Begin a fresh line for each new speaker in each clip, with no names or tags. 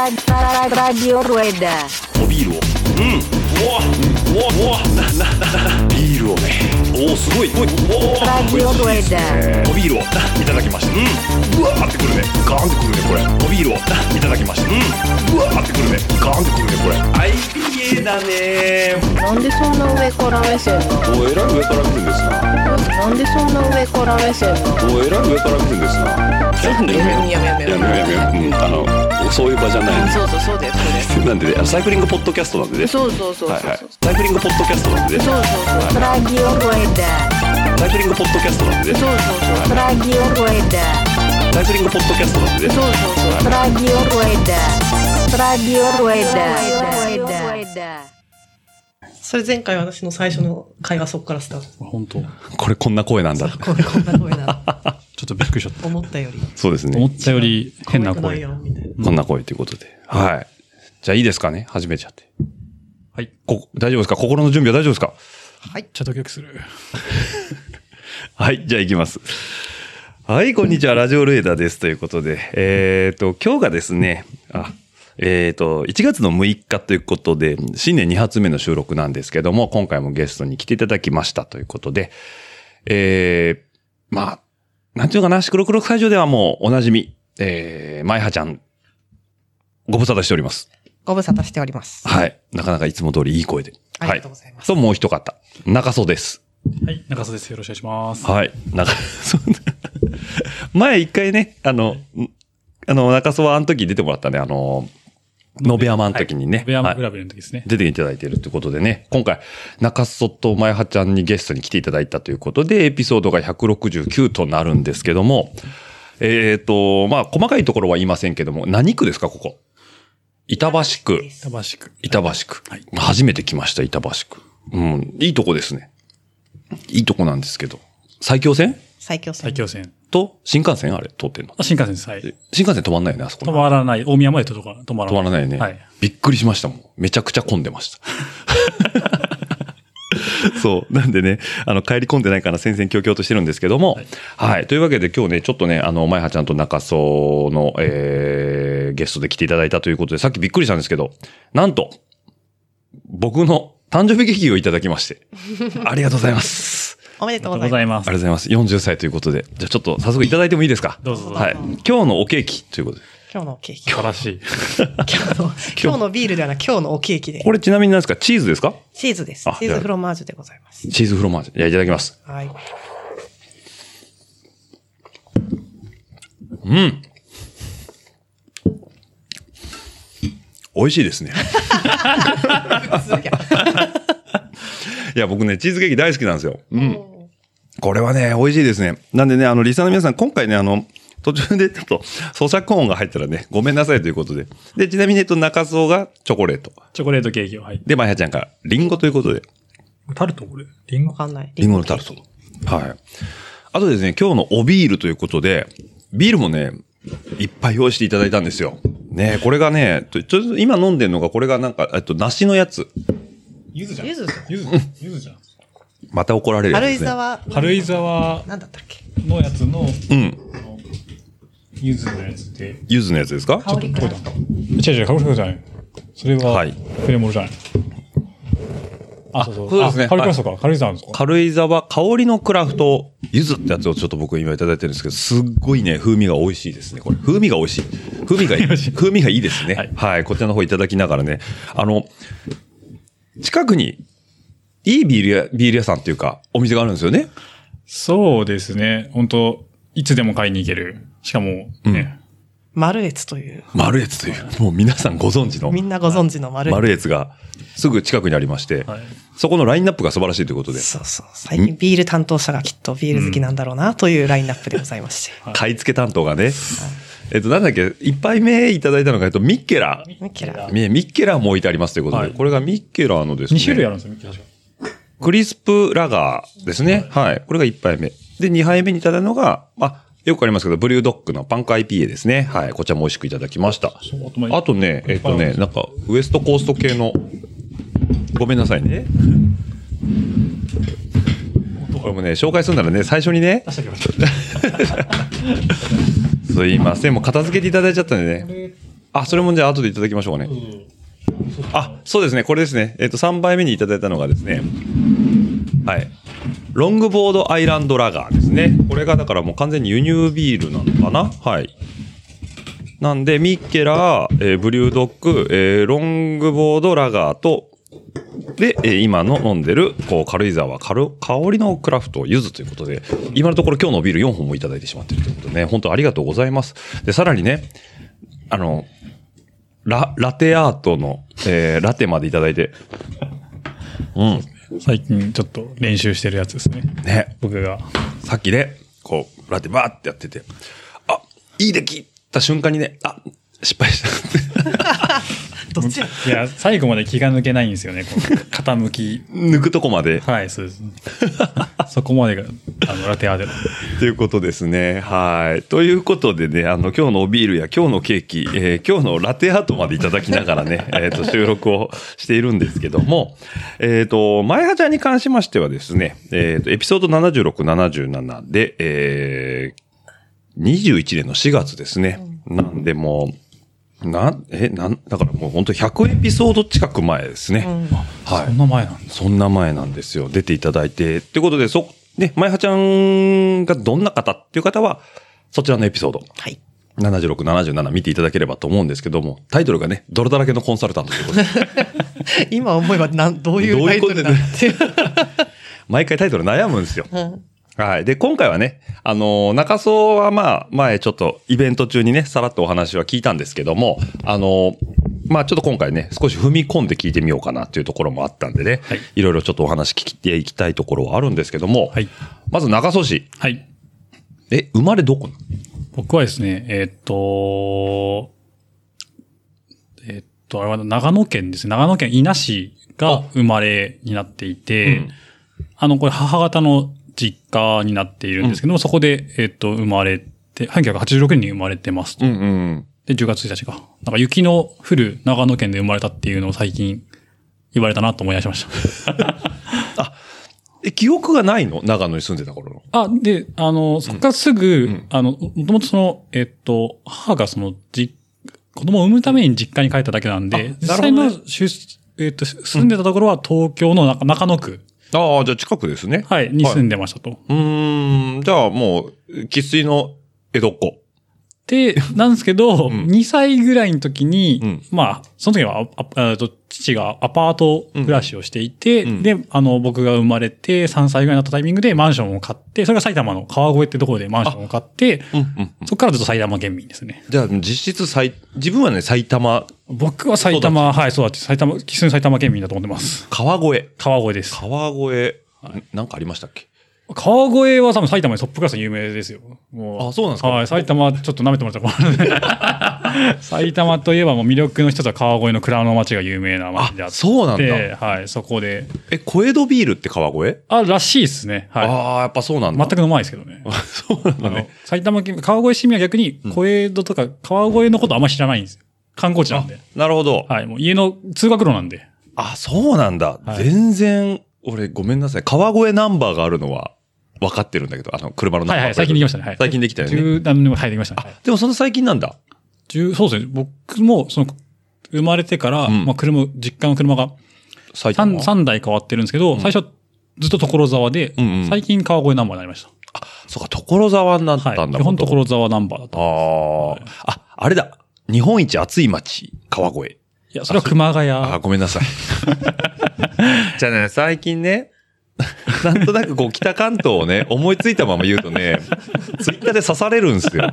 Radio Rueda.
おビールをうんうわうわうわななななビールをねおおすごいおいおお
Radio
おいいいっす
Rueda.
おビールをないただきましたうんうわーってくるねガーンってくるねこれおビールをないただきましたうんうわーってくるねガーンってくるねこれ IPA だね
なんでそんな上から目線なの
おえらい上から来るんですな
なんでそんな上から目線なの
おえらい上から来るんですなちょっとねやめ
やめや
やめやめやめうんあのそういう場じゃない
そうそうそうだよそうだよ
なんでねサイクリングポッドキャストなんでね
そうそうそうそうそう
はいはいサイクリングポッドキャストなんでね
そうそうそう
Radio Rueda.
サイクリングポッドキャストなんでね
そうそうそう
Radio Rueda.
サイクリングポッドキャストなんでね
そうそうそう
Radio Rueda. Radio Rueda. Radio Rueda.
それ前回私の最初の会話そこからスタート。
本当ちょ
これこんな声なんだ。
これこんな声だ。
っとびっくりしちゃった。
思ったより。
そうです
思
ね。
ったより変な
可愛く
声。
いよ
は
みたいな
こんな声ということで。はい。じゃあいいですかね始めちゃって。
い。
こ、大丈夫ですか心の準備は大丈夫ですか
ちょっと曲する。
はい、じゃあ行きます。はい、こんにちは。ラジオルエダです。ということで、えっ、と、今日がですね、あ、えっ、と、1月の6日ということで、新年2発目の収録なんですけども、今回もゲストに来ていただきましたということで、えー、まあ、なんていうのかな、シクロクロ会場ではもうおなじみ、えー、まいはちゃん、ご無沙汰しております。
ご無沙汰しております。
はい。なかなかいつも通りいい声で。
ありがとうございます
はと、もう一方、中曽です。
はい。中曽です。よろしくお願いします。
はい。なんか、 そう前一回ね、あの、んあの、中曽はあの時出てもらったね、あの、野辺山の時にね。
ベアマ
は
ク
い
ラブの時ですね。
出ていただいているということでね、今回、中曽と前葉ちゃんにゲストに来ていただいたということで、エピソードが169となるんですけども、えっ、と、まあ、細かいところは言いませんけども、何区ですか、ここ。板橋区。
板橋区。
板橋区。初めて来ました、板橋区。うん、いいとこですね。いいとこなんですけど。埼京線
最強
埼京線。
と、新幹線あれ通ってんの
あ新幹線です。はい。止
新幹線止まんないよね、あそこ。止
まらない。大宮まで届か止まらない。
まらないよね、
はい。
びっくりしましたもん。めちゃくちゃ混んでました。 そう。なんでね、あの、帰り込んでないから戦々恐々としてるんですけども、はい。というわけで今日ね、ちょっとね、あの、前葉ちゃんと中曽の、えー、ゲストで来ていただいたということで、さっきびっくりしたんですけど、なんと、僕の誕生日劇をいただきま して、ありがとうございます。
おめで
ありがとうございま
あ
す
り。がとうございます。40歳ということで。じゃあちょっと早速いただいてもいいですか
どうぞどうぞ
はい。今日のおケーキということで。
今日のおケーキ。
素晴らしい。
今日の、 今日のビールではなく今日のおケーキで
こ。れちなみに何ですかチーズですか
チーズです
あ。
チーズフロマージュでございます。
チーズフロマージュ。いや、いただきます。
はい。
美味しいです ね。いや、僕ね、チーズケーキ大好きなんですよ。うん。これはね、美味しいですね。なんでね、あの、リスナーの皆さん、今回ね、あの、途中でちょっと咀嚼音が入ったらね、ごめんなさいということで。で、ちなみに、えっと、中曽がチョコレート。
チョコレートケーキを。はい。
で、まやちゃんからリンゴということで。
タルトこれリンゴ
わかんない。
リンゴのタルト。はい。あとですね、今日のおビールということで、ビールもね、いっぱい用意していただいたんですよ。ねこれがね、とちょっと今飲んでるのが、これがなんか、えっと、梨のやつ。
ゆずじゃ
ゆず
ゆず、ゆずじゃん。
また怒られるやつ
軽
で
井
すね。
沢、
軽井沢
なんだったっけ
のやつの、
うん。
ゆずのやつで。
ゆずのやつですか
香りクラフト。
違う違う、かぶるじゃない。それは、
はい
フレモルじゃない。あ、そう
そうですね
あ軽井沢そうか。軽井沢ですか。
軽井沢香りのクラフト、ゆずってやつをちょっと僕今いただいてるんですけど、すっごいね、風味が美味しいですね。これ、風味が美味しい。風味がいい。 風味がいいですね。はい、こちらの方いただきながらね、あの、近くに、いいビール屋、ビール屋さんっていうか、お店があるんですよね。
そうですね。本当いつでも買いに行ける。しかも、ね。
マルエツという、
丸越という、もう皆さんご存知の
みんなご存知のマルエ
丸越が、すぐ近くにありまして、
はい
そこのラインナップが素晴らしいということで
ツ。、そうそう。最近ビール担当者がきっとビール好きなんだろうなというラインナップでございまして。
買い付け担当がね、えっと、なんだっけ、一杯目いただいたのが、えっと、ミッケラ。
キラ
ミミッケラーも置いてありますということで、
はい
これがミッケラーのですね、
2種類あるんですよ、確か。
クリスプラガーですね。はい。これが1杯目。で、2杯目にいただいたのが、あ、よくありますけど、ブリュードッグのパンク IPA ですね。はい。こちらも美味しくいただきました。
そうあとまあ
あとね、えっとね、なんか、ウエストコースト系の、ごめんなさいね。これもね、紹介するならね、最初にね、
確か
すいません。もう片付けていただいちゃったんでね。あ、それもじゃあ後でいただきましょうかね。あ、そうですね。これですね。えっ、と、3杯目にいただいたのがですね。はい。ロングボードアイランドラガーですね。これがだからもう完全に輸入ビールなのかなはい。なんで、ミッケラー、えーブリュードック、えーロングボードラガーと、で、えー今の飲んでる、こう、軽井沢、軽香りのクラフト、ゆずということで、今のところ今日のビール4本もいただいてしまってるということでね、本当ありがとうございます。で、さらにね、あの、ラ、ラテアートの、えーラテまでいただいて、うん、
最近ちょっと練習してるやつですね。
ね、
僕が。
さっきね、こう、ラテバーってやってて、あ、いいできた瞬間にね、あ、失敗した。
どっちや
いや、最後まで気が抜けないんですよね。こう傾き。
抜くとこまで。
はい、そうです。そこまでが、あの、ラテアートで。
ということですね。はい。ということでね、あの、今日のおビールや今日のケーキ、えー今日のラテアートまでいただきながらね、 えっと、収録をしているんですけども、えっ、と、前はちゃんに関しましてはですね、えっ、と、エピソード76、77で、えー、21年の4月ですね。なんでもう、な、え、なん、だからもう本当100エピソード近く前ですね。はい
そんな前なんです。
そんな前なんですよ。出ていただいて。ってことで、そ、ね、まやはちゃんがどんな方っていう方は、そちらのエピソード、
はい。
76、77見ていただければと思うんですけども、タイトルがね、泥だらけのコンサルタントという ことで、
今思えばなん、どうい
ど
う
う
タ
いう
イ
こ
ト
と
ルなんだっていう。
毎回タイトル悩むんですよ。
うん
はい。で、今回はね、あのー中曽はまあ、前ちょっとイベント中にね、さらっとお話は聞いたんですけども、あのーまあちょっと今回ね、少し踏み込んで聞いてみようかなっていうところもあったんでね、
はい
い、ろいろちょっとお話聞いていきたいところはあるんですけども、
はい
まず中曽市、
はい。
え、生まれどこなの
僕はですね、えーっと、えーっと、あれは長野県ですね。長野県伊那市が生まれになっていて、
うん
あの、これ母方の実家になっているんですけども、そこで、えーっと、生まれて、1986年に生まれてますと。
うんうん。
で、10月1日か。なんか雪の降る長野県で生まれたっていうのを最近言われたなと思い出しました。
え、記憶がないの長野に住んでた頃の。
あ、で、あの、そっからすぐ、あの、もともとその、えっと、母がその、じ、子供を産むために実家に帰っただけなん
あ
で、実
なるほ
際
どね
の出、えっと、住んでたところは東京の中中野区、
ああ、じゃあ近くですね。
はい、に住んでましたと。
うーん、じゃあもう、喫水の江戸っ子。
で、 なんですけど、
ん
2歳ぐらいの時に、
うん
まあ、その時はああえっと父がアパート暮らしをしていて、
うんうん
で、あの、僕が生まれて3歳ぐらいになったタイミングでマンションを買って、それが埼玉の川越ってところでマンションを買って、
うんうん。
そこからずっと埼玉県民ですね。
じゃあ実質埼、自分はね、埼玉、
僕は埼玉、はい、そうだって、埼玉、基準埼玉県民だと思ってます。
川越。
川越です。
川越、なんかありましたっけ
川越は多分埼玉にトップクラスの有名ですよ。も
あそうなんですか
はい、埼玉、ちょっと舐めてもらったら困る ね埼玉といえばもう魅力の一つは川越の蔵の町が有名な町であ
あ、
って。
そうなんだ。
で、はい、そこで。
え、小江戸ビールって川越
あ、らしいですね。は。
ああ、やっぱそうないんだ。
全く飲まないですけどね。
く。 そうなんだ
あの
ね。
埼玉県、川越市民は逆に小江戸とか川越のことあんま知らないんですよ。観光地なんで。
なるほど。
はい、もう家の通学路なんで。
あ、そうなんだ。
はい
全然、俺ごめんなさい。川越ナンバーがあるのは分かってるんだけど、あの、車のナ
は
ン
い
バー。
はい、最近できましたね。はい。
最近できたよね
十何年も、はい、できましたね。はい
でもその最近なんだ。
十そうですね。僕も、その、生まれてから、
ん
まあ、車、実家の車が
埼玉
三。三台変わってるんですけど、最初はずっと所沢で、
うんうん
最近川越ナンバーになりまし。
そうか、所沢になったた
は
ん
い。
だ、
基本
元々
所沢ナンバーだと。
ああ。あ、あれだ。日本一暑い町、川越。
いや、それは熊谷。
あー
は
ごめんなさい。 じゃあね、最近 ね、なんとなくこう、北関東をね、思いついたまま言うとね、ツイッターで刺されるんですよ。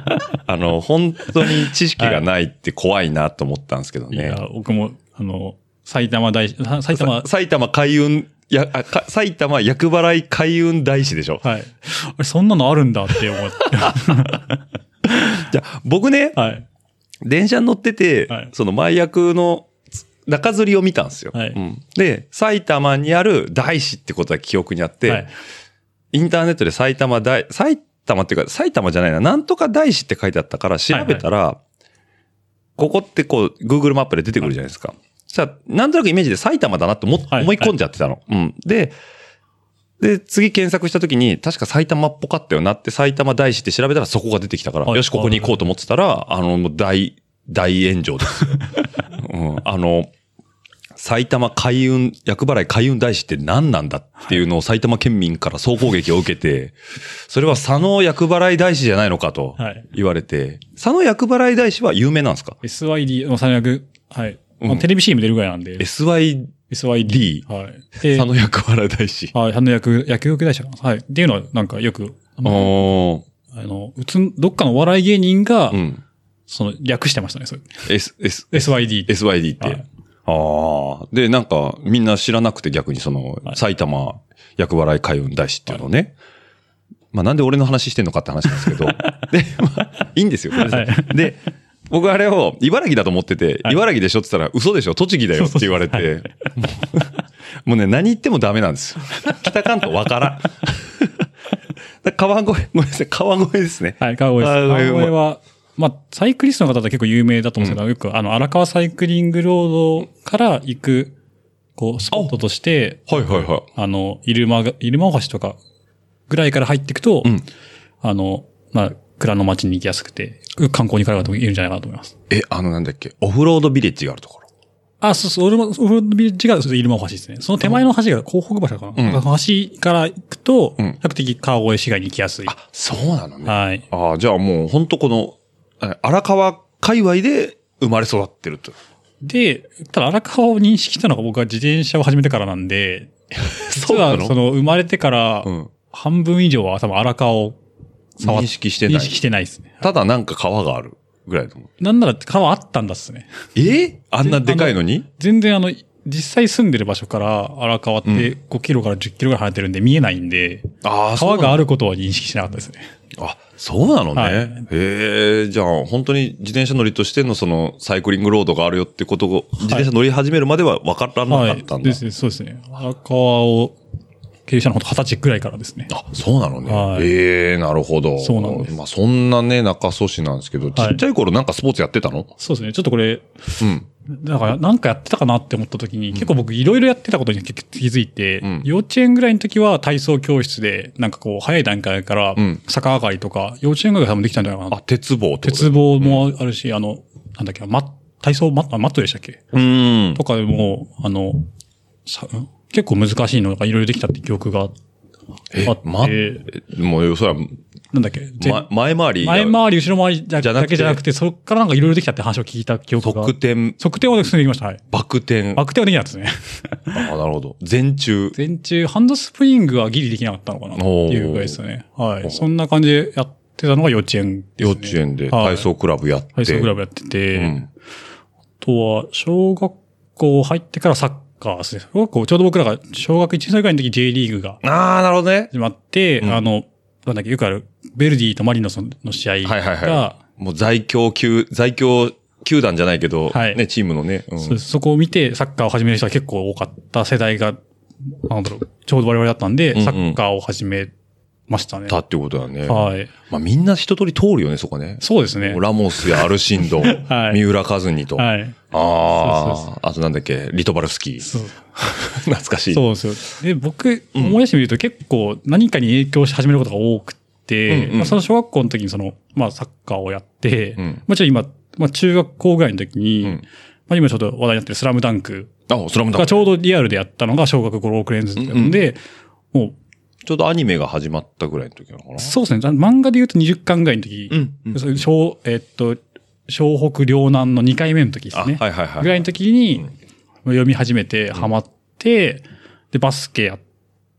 あの、本当に知識がないって怖いなと思ったんですけど
い。い
ね。
や、僕も、あの、埼玉大、さ埼玉
さ、埼玉海運、や、あか埼玉厄払い海運大師でしょ。
はい。あれ、そんなのあるんだって思 って。
じゃあ僕ね、
はい。
電車に乗ってて、
はい
その前役のつ中吊りを見たんですよ、
はい
うんで、埼玉にある大師ってことは記憶にあって、
はい
インターネットで埼玉大、埼玉っていうか、埼玉じゃないな、なんとか大師って書いてあったから調べたら、ここってこう、Google マップで出てくるじゃないですか。じゃなんとなくイメージで埼玉だなって思っ
はい
思い込んじゃってたの。うん。で、で、次検索した時に、確か埼玉っぽかったよなって、埼玉大師って調べたらそこが出てきたから、
はい
よし、ここに行こうと思ってたら、あの、もう大、大炎上 ですよ。うん、あの、埼玉海運、役払い海運大師って何なんだっていうのを埼玉県民から総攻撃を受けて、それは佐野役払い大師じゃないのかと
はい
言われて、佐野役払い大師は有名なんですか
SYD、もう最悪、はい。
うん
もうテレビ CM 出るぐらいなんで。
?SYD
SYD。はい。で、
佐野役払い大師。
はい、佐野役、役力大社。はい。っていうのは、なんかよく、あ
あ
の、
ー
うつん、どっかのお笑い芸人が、
うん。
その、略してましたね、それ。
S、S、
SYD って。
SYD って。
はい
ああ。で、なんか、みんな知らなくて逆にその、
はい
埼玉役払い海運大使っていうのをね。まあ、なんで俺の話してんのかって話なんですけ ど。で、まあ、いいんですよ。ごめんなさい
は
で、僕あれを茨城だと思ってて、
はい
茨城でしょって言ったら、嘘でしょ栃木だよって言われて、もう もうね、何言ってもダメなんですよ。北関東わからん。 だ川越、ごめんなさい、川越ですね。
はい、川越です。
川
川
越は
越は、まあ、サイクリストの方だと結構有名だと思うんですけど、よく、あの、荒川サイクリングロードから行く、こう、スポットとして、
はいはいはい。
あの、入間が、入間大橋とかぐらいから入っていくと、
うん
あの、まあ、蔵の町に行きやすくて、観光に来る方もいるんじゃないかなと思います。
え、あのなんだっけ、オフロードビレッジがあるところ。
あ、そうそう、俺も、俺のビレッジが入間大橋ですね。その手前の橋が広北橋かな、
うん
橋から行くと、
うん
比較的川越市街に行きやすい。
あ、そうなのね。
はい。
ああ、じゃあもう本当この、え荒川界隈で生まれ育ってると。
で、ただ荒川を認識したのが僕は自転車を始めてからなん で、実はその生まれてから
うん。
半分以上は多分荒川を触っ
認識してな
認
い。
識してないですね。
ただなんか川があるぐらいの。
なんなら川あったんだっすね。
えあんなでかいのに
全然あの、実際住んでる場所から荒川って5キロから10キロぐらい離れてるんで見えないんで、
ああ、
川があ
る。
ることは認識しなかったですね。
あ、そうなのね。
はい
へえ、じゃあ本当に自転車乗りとしてのそのサイクリングロードがあるよってことを、自転車乗り始めるまでは分からなか
は
っ
い
たん。だ。
ですね、そうですね。荒川を経由したのほんと20歳ぐらいからですね。
あ、そうなのね。
はい
ええなるほど。
そうなんです
まあそんなね、中曽市なんですけど、ちっちゃい頃なんかスポーツやってたの、
そうですね。ちょっとこれ、
うん。
なんか、なんかやってたかなって思った時に、結構僕いろいろやってたことに気気づいて、
うん
幼稚園ぐらいの時は体操教室で、なんかこう、早い段階から
うん、
逆上がりとか、幼稚園ぐらいから多分できたんじゃないかな
あ、。鉄棒ってこと
鉄棒もあるし、あの、なんだっけ、マ体操マット、あマットでしたっけ
うん。
とかでも、あの、さん結構難しいのがいろいろできたって記憶があっ
え
あって、
ま、えもう、それは、
なんだっけ、ぜ
ま前回りが、
前回り、後ろ回りだ
じゃなくて
だけじゃなくて、そっからなんかいろいろできたって話を聞いた記憶が。
側転、
測定は進んできました。はい。
バク転。あ
バク転はできなかった ですね。
あ、なるほど。前中。
全中、ハンドスプリングはギリできなかったのかなって
おー
いうぐらいですよね。はい。そんな感じでやってたのが幼稚園です
幼
ね、
稚園で体
は
操クラブやって。
い体操クラブやってて、
うん。
あとは、小学校入ってからサッカーですね。小学校、ちょうど僕らが小学1年生ぐらいの時 J リーグが
ああ、なるほどね。
始まって、
うん
あの、なんだっけ、よくある、ベルディとマリノスの試合が、
はいはいはい。もう在京球、在京球団じゃないけど、
はい
ね、チームのね。うん
そそこを見て、サッカーを始める人が結構多かった世代が、なんだろう、ちょうど我々だったんで、
んうん
サッカーを始めましたね。
たってことだね。
はい。
まあみんな一通り通るよね、そこね。
そうですね。
ラモスやアルシンド、
はい
三浦和仁と。
はい。そうそう
ああ、あとなんだっけ、リトバルスキー。
そう
懐かしい。
そうですよ。で、僕、思い出してみると結構何かに影響し始めることが多くて、
うんうん
まあ、その小学校の時にその、まあサッカーをやって、
うん
もちろん今、まあ中学校ぐらいの時に、
ん
まあ今ちょっと話題になってるスラムダンク
あ、スラムダン
が
ク
ちょうどリアルでやったのが小学5、6年生なんで、も
ちょうどアニメが始まったぐらいの時なのかな
う、そうですね、漫画で言うと20巻ぐらいの時、
うんうん
そういう小、えっと、小北両南の2回目の時です
あ、
ね。
はいはいはい。
ぐらいの時に読み始めてハマって、で、バスケやっ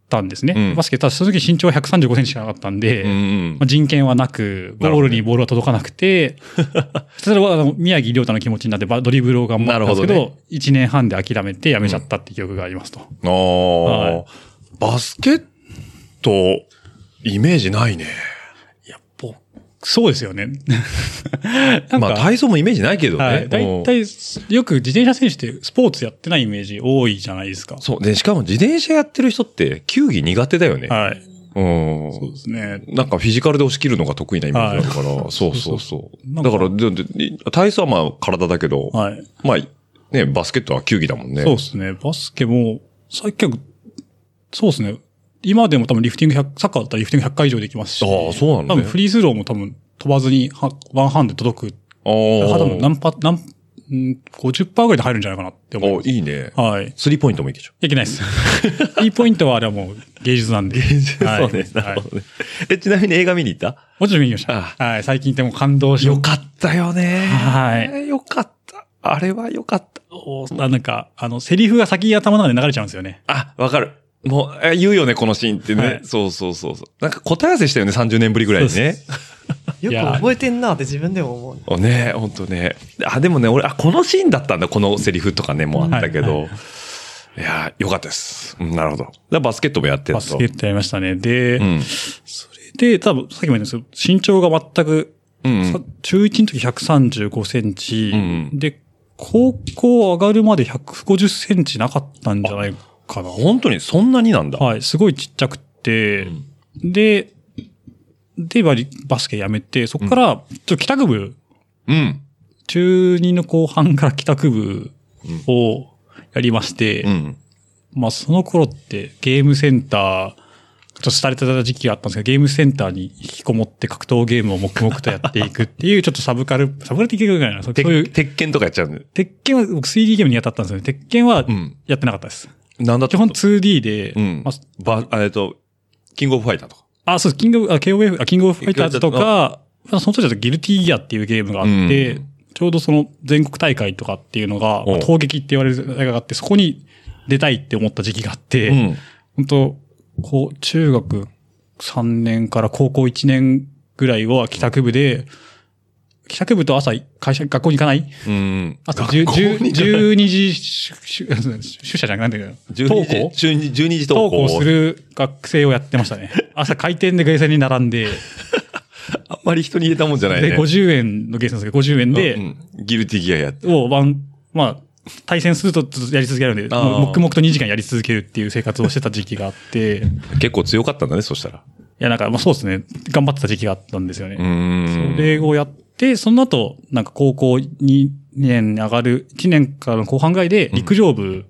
たんですね。
うん
バスケ、ただその時身長は135センチしかなかったんで、
うんうん
まあ、人権はなく、ゴ
なるほ
ー
ど
ル
ね
にボールは届かな くて、それはあの宮城亮太の気持ちになってバドリブルを頑張ったんですけ
なるほ
ど、一1年半で諦めてやめちゃったって記憶がありますと。
ああ、
はい
バスケット、イメージないね。
そうですよね。 なん
まあ
か、
体操もイメージないけどね。
はい、大
うん
体、よく自転車選手ってスポーツやってないイメージ多いじゃないですか。
そう。で、しかも自転車やってる人って球技苦手だよね。
は
う
い。
ん。
そうですね。
なんかフィジカルで押し切るのが得意なイメージがあるから、そうそうそう。だから、でで体操はまあ体だけど、
はい。
まあ、ね、バスケットは球技だもんね。
そうですね。バスケも、さっきは、そうですね。今でも多分リフティング100、サッカーだったらリフティング100回以上できますし。
ああそうなんだね
多分フリースローも多分飛ばずにはワンハンで届く。
あ
多分
ー
何パ、何、ん50%ぐらいで入るんじゃないかなって思い
お
ま
いいね。
す。はい。
スリーポイントもいいでしょ。
いけな いです。いいポイントはあれはもう芸術なんで。芸術
そうね。なるほどね。え、ちなみに映画見に行った
もちろん見に行きま
あ
した。はい。最近ってもう感動し
よかったよね。。
はい
よかった。あれはよかった。
おあなんか、あの、セリフが先に頭の中で流れちゃうんですよね。
あ、わかる。もう、え言うよね、このシーンってね。
はい
そうそうそうそう。なんか答え合わせしたよね、30年ぶりぐらいにね。
よく覚えてんなって自分でも思う。
おね、ほんとね。あ、でもね、俺、あ、このシーンだったんだ、このセリフとかね、もあったけど。
はい
いやー、よかったです。うん、なるほど。だからバスケットもやってたと
バスケットやりましたね。で、
うん。
それで、多分さっきも言ったんですけど、身長が全く、
うんうん
さ中1の時135センチ、
うんうん
で、高校上がるまで150センチなかったんじゃないかな。
本当にそんなになんだ。
はい、すごいちっちゃくて、で、で、バリバスケやめて、そこから、ちょっと帰宅部、
うん。
中2の後半から帰宅部をやりまして、
うん。
まあその頃ってゲームセンター、ちょっと廃れてた時期があったんですけど、ゲームセンターに引きこもって格闘ゲームを黙々とやっていくっていう、ちょっとサブカル、 サブカル的ぐらいな、そう
鉄
そういう、
鉄拳とかやっちゃうんだよ
鉄拳は僕 3D ゲーム苦手だったんですよね。鉄拳は
うん
やってなかったです。
なんだっ
基
た
本 2D で、
うん。
ま
ば、えっと、キングオブファイターとか。
あ、あ、そうです。キングオブ、あ、KOF、あ、キングオブファイターズとか、まあその当時だとギルティギアっていうゲームがあって、
うん
ちょうどその全国大会とかっていうのが、
おう
まあ投撃って言われる大会があって、そこに出たいって思った時期があって、
うん。
本当こう、中学3年から高校1年ぐらいは帰宅部で、帰宅部と朝、会社、学校に行かない
うん。
朝10 10
12
12時出、出出社じゃなくて、なんていうの登校
時、12時投
登
稿
校する学生をやってましたね。朝開店でゲーセンに並んで、
あんまり人に入れたもんじゃないね。
で、50円のゲーセンなんですけど、50円
う
で、
んギルティギアやって。
をワン、まあ、対戦するとずっとやり続けるので、
あー
もう黙々と2時間やり続けるっていう生活をしてた時期があって、い
結構強かったんだね、そしたら。
や、なんか、まあそうですね、頑張ってた時期があったんですよね。
ん
それをやって、その後、なんか高校2年に上がる、1年からの後半ぐらいで、陸上部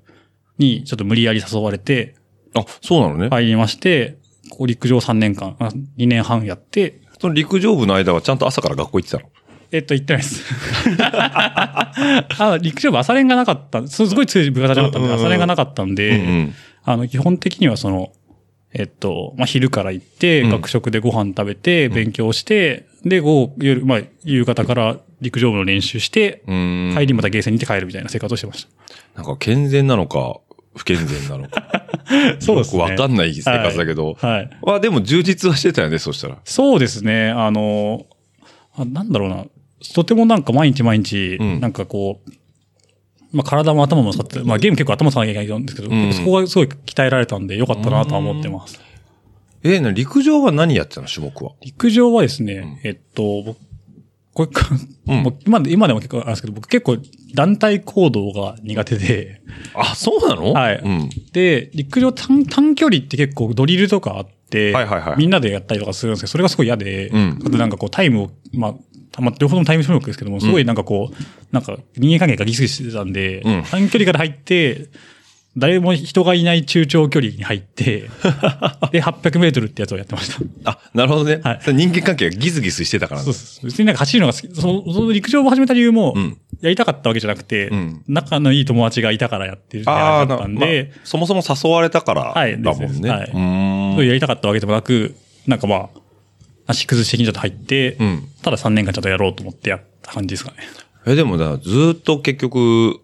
にちょっと無理やり誘われて、
あ、そうなのね。
入りまして、こう陸上3年間、あ2年半やって、
その陸上部の間はちゃんと朝から学校行ってたの。
えっと、行ってないです。 あ陸上部朝練がなかった、そうすごい強い部活じゃなかったん
うん
で、
うんうん
朝練がなかったんで、あの、基本的にはその、えっと、まあ、昼から行って、
うん
学食でご飯食べて、勉強して、で、午後、夜、まあ、夕方から陸上部の練習して、
うん。
帰りまたゲーセンに行って帰るみたいな生活をしてまし
なんか健全なのか、不健全なのか。
た。そうですね。
よくわかんない生活だけど。
はい。はい
まあでも充実はしてたよね、そしたら。
そうですね。あの、あなんだろうな。とてもなんか毎日毎日、
うん
なんかこう、まあ体も頭も使って、まあゲーム結構頭使わなきゃいけないんですけど、
うん
そこがすごい鍛えられたんでよかったなとは思ってます。
え、な陸上は何やってたの、種目は。
陸上はですね、えっと、僕、これか、
うん
もう今で、今でも結構あるんですけど、僕結構団体行動が苦手で、
あ、そうなの
はい
うん。
で、陸上短短距離って結構ドリルとかあって、
はいはいはい
みんなでやったりとかするんですけど、それがすごい嫌で、
うん
あとなんかこうタイムを、まあ、たま、両方ともタイム種目ですけども、すごいなんかこう、なんか人間関係がギスギスしてたんで、
うん
短距離から入って、誰も人がいない中長距離に入って、 で、800メートルってやつをやってました。
あ、なるほどね。
はい
それ人間関係がギスギスしてたから
そう
ね
そう。別になんか走るのが好き。その、その陸上を始めた理由も
うん、
やりたかったわけじゃなくて、
うん
仲のいい友達がいたからやってるって
あ
話
あ、
だ
な
ったん
まあ
で、
そもそも誘われたから
はい
だも
で
ん
す
ね。
はいう
ー
そうんいうやりたかったわけでもなく、なんかまあ、足崩し的にちょっと入って、
うん
ただ3年間ちょっとやろうと思ってやった感じですかね。
え、でもだ、ずーっと結局、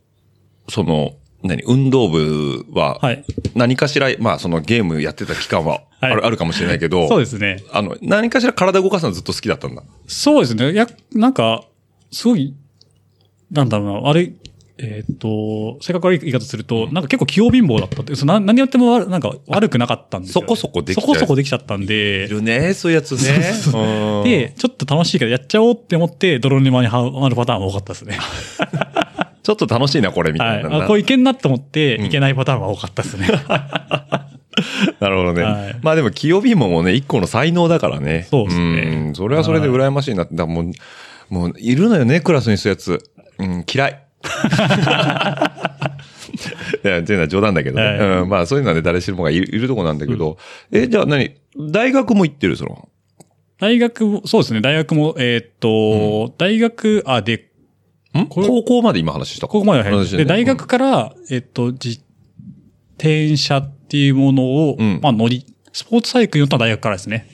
その、何、運動部は
はい、
何かしら、まあそのゲームやってた期間はある,、
はい
あるかもしれないけど、
そうですね。
あの、何かしら体動かすのはずっと好きだったんだ。
そうですね。いや、なんか、すごい、なんだろうな、あれ、えーっ、と、性格悪い言い方すると、なんか結構器用貧乏だったって、そのな何やっても悪なんか悪くなかったんですよ、ね。
そこそこできちゃう
そこそこできちゃったんで
い、るね、そういうやつね。
そうそ う
うん
で、ちょっと楽しいからやっちゃおうって思って、泥沼にはまるパターンが多かったですね。
ちょっと楽しいな、こ れ、みた
はいい。
な。
あ、こういけんなと思って、いけないパターンが多かったですね。
なるほどね。
はい
まあでも、器用貧乏もね、一個の才能だからね。
そうですね
んそれはそれで羨ましいなって。だからもう、 もう、いるのよね、クラスにそういうやつ。うん、嫌い。いや、っていうのは冗談だけどね。
はい
うん、まあそういうのはね、誰しもがいるいるとこなんだけど、え、じゃあ何大学も行ってるその。
大学も、そうですね、大学も、えーっと、大学、あ、で、
ん
これ
高校まで今話した
ここまでは入りま
話
し
したて
で、
ね
大学から、えーっと、自転車っていうものを、
うん
まあ乗り、スポーツサイクルに乗ったのは大学からですね。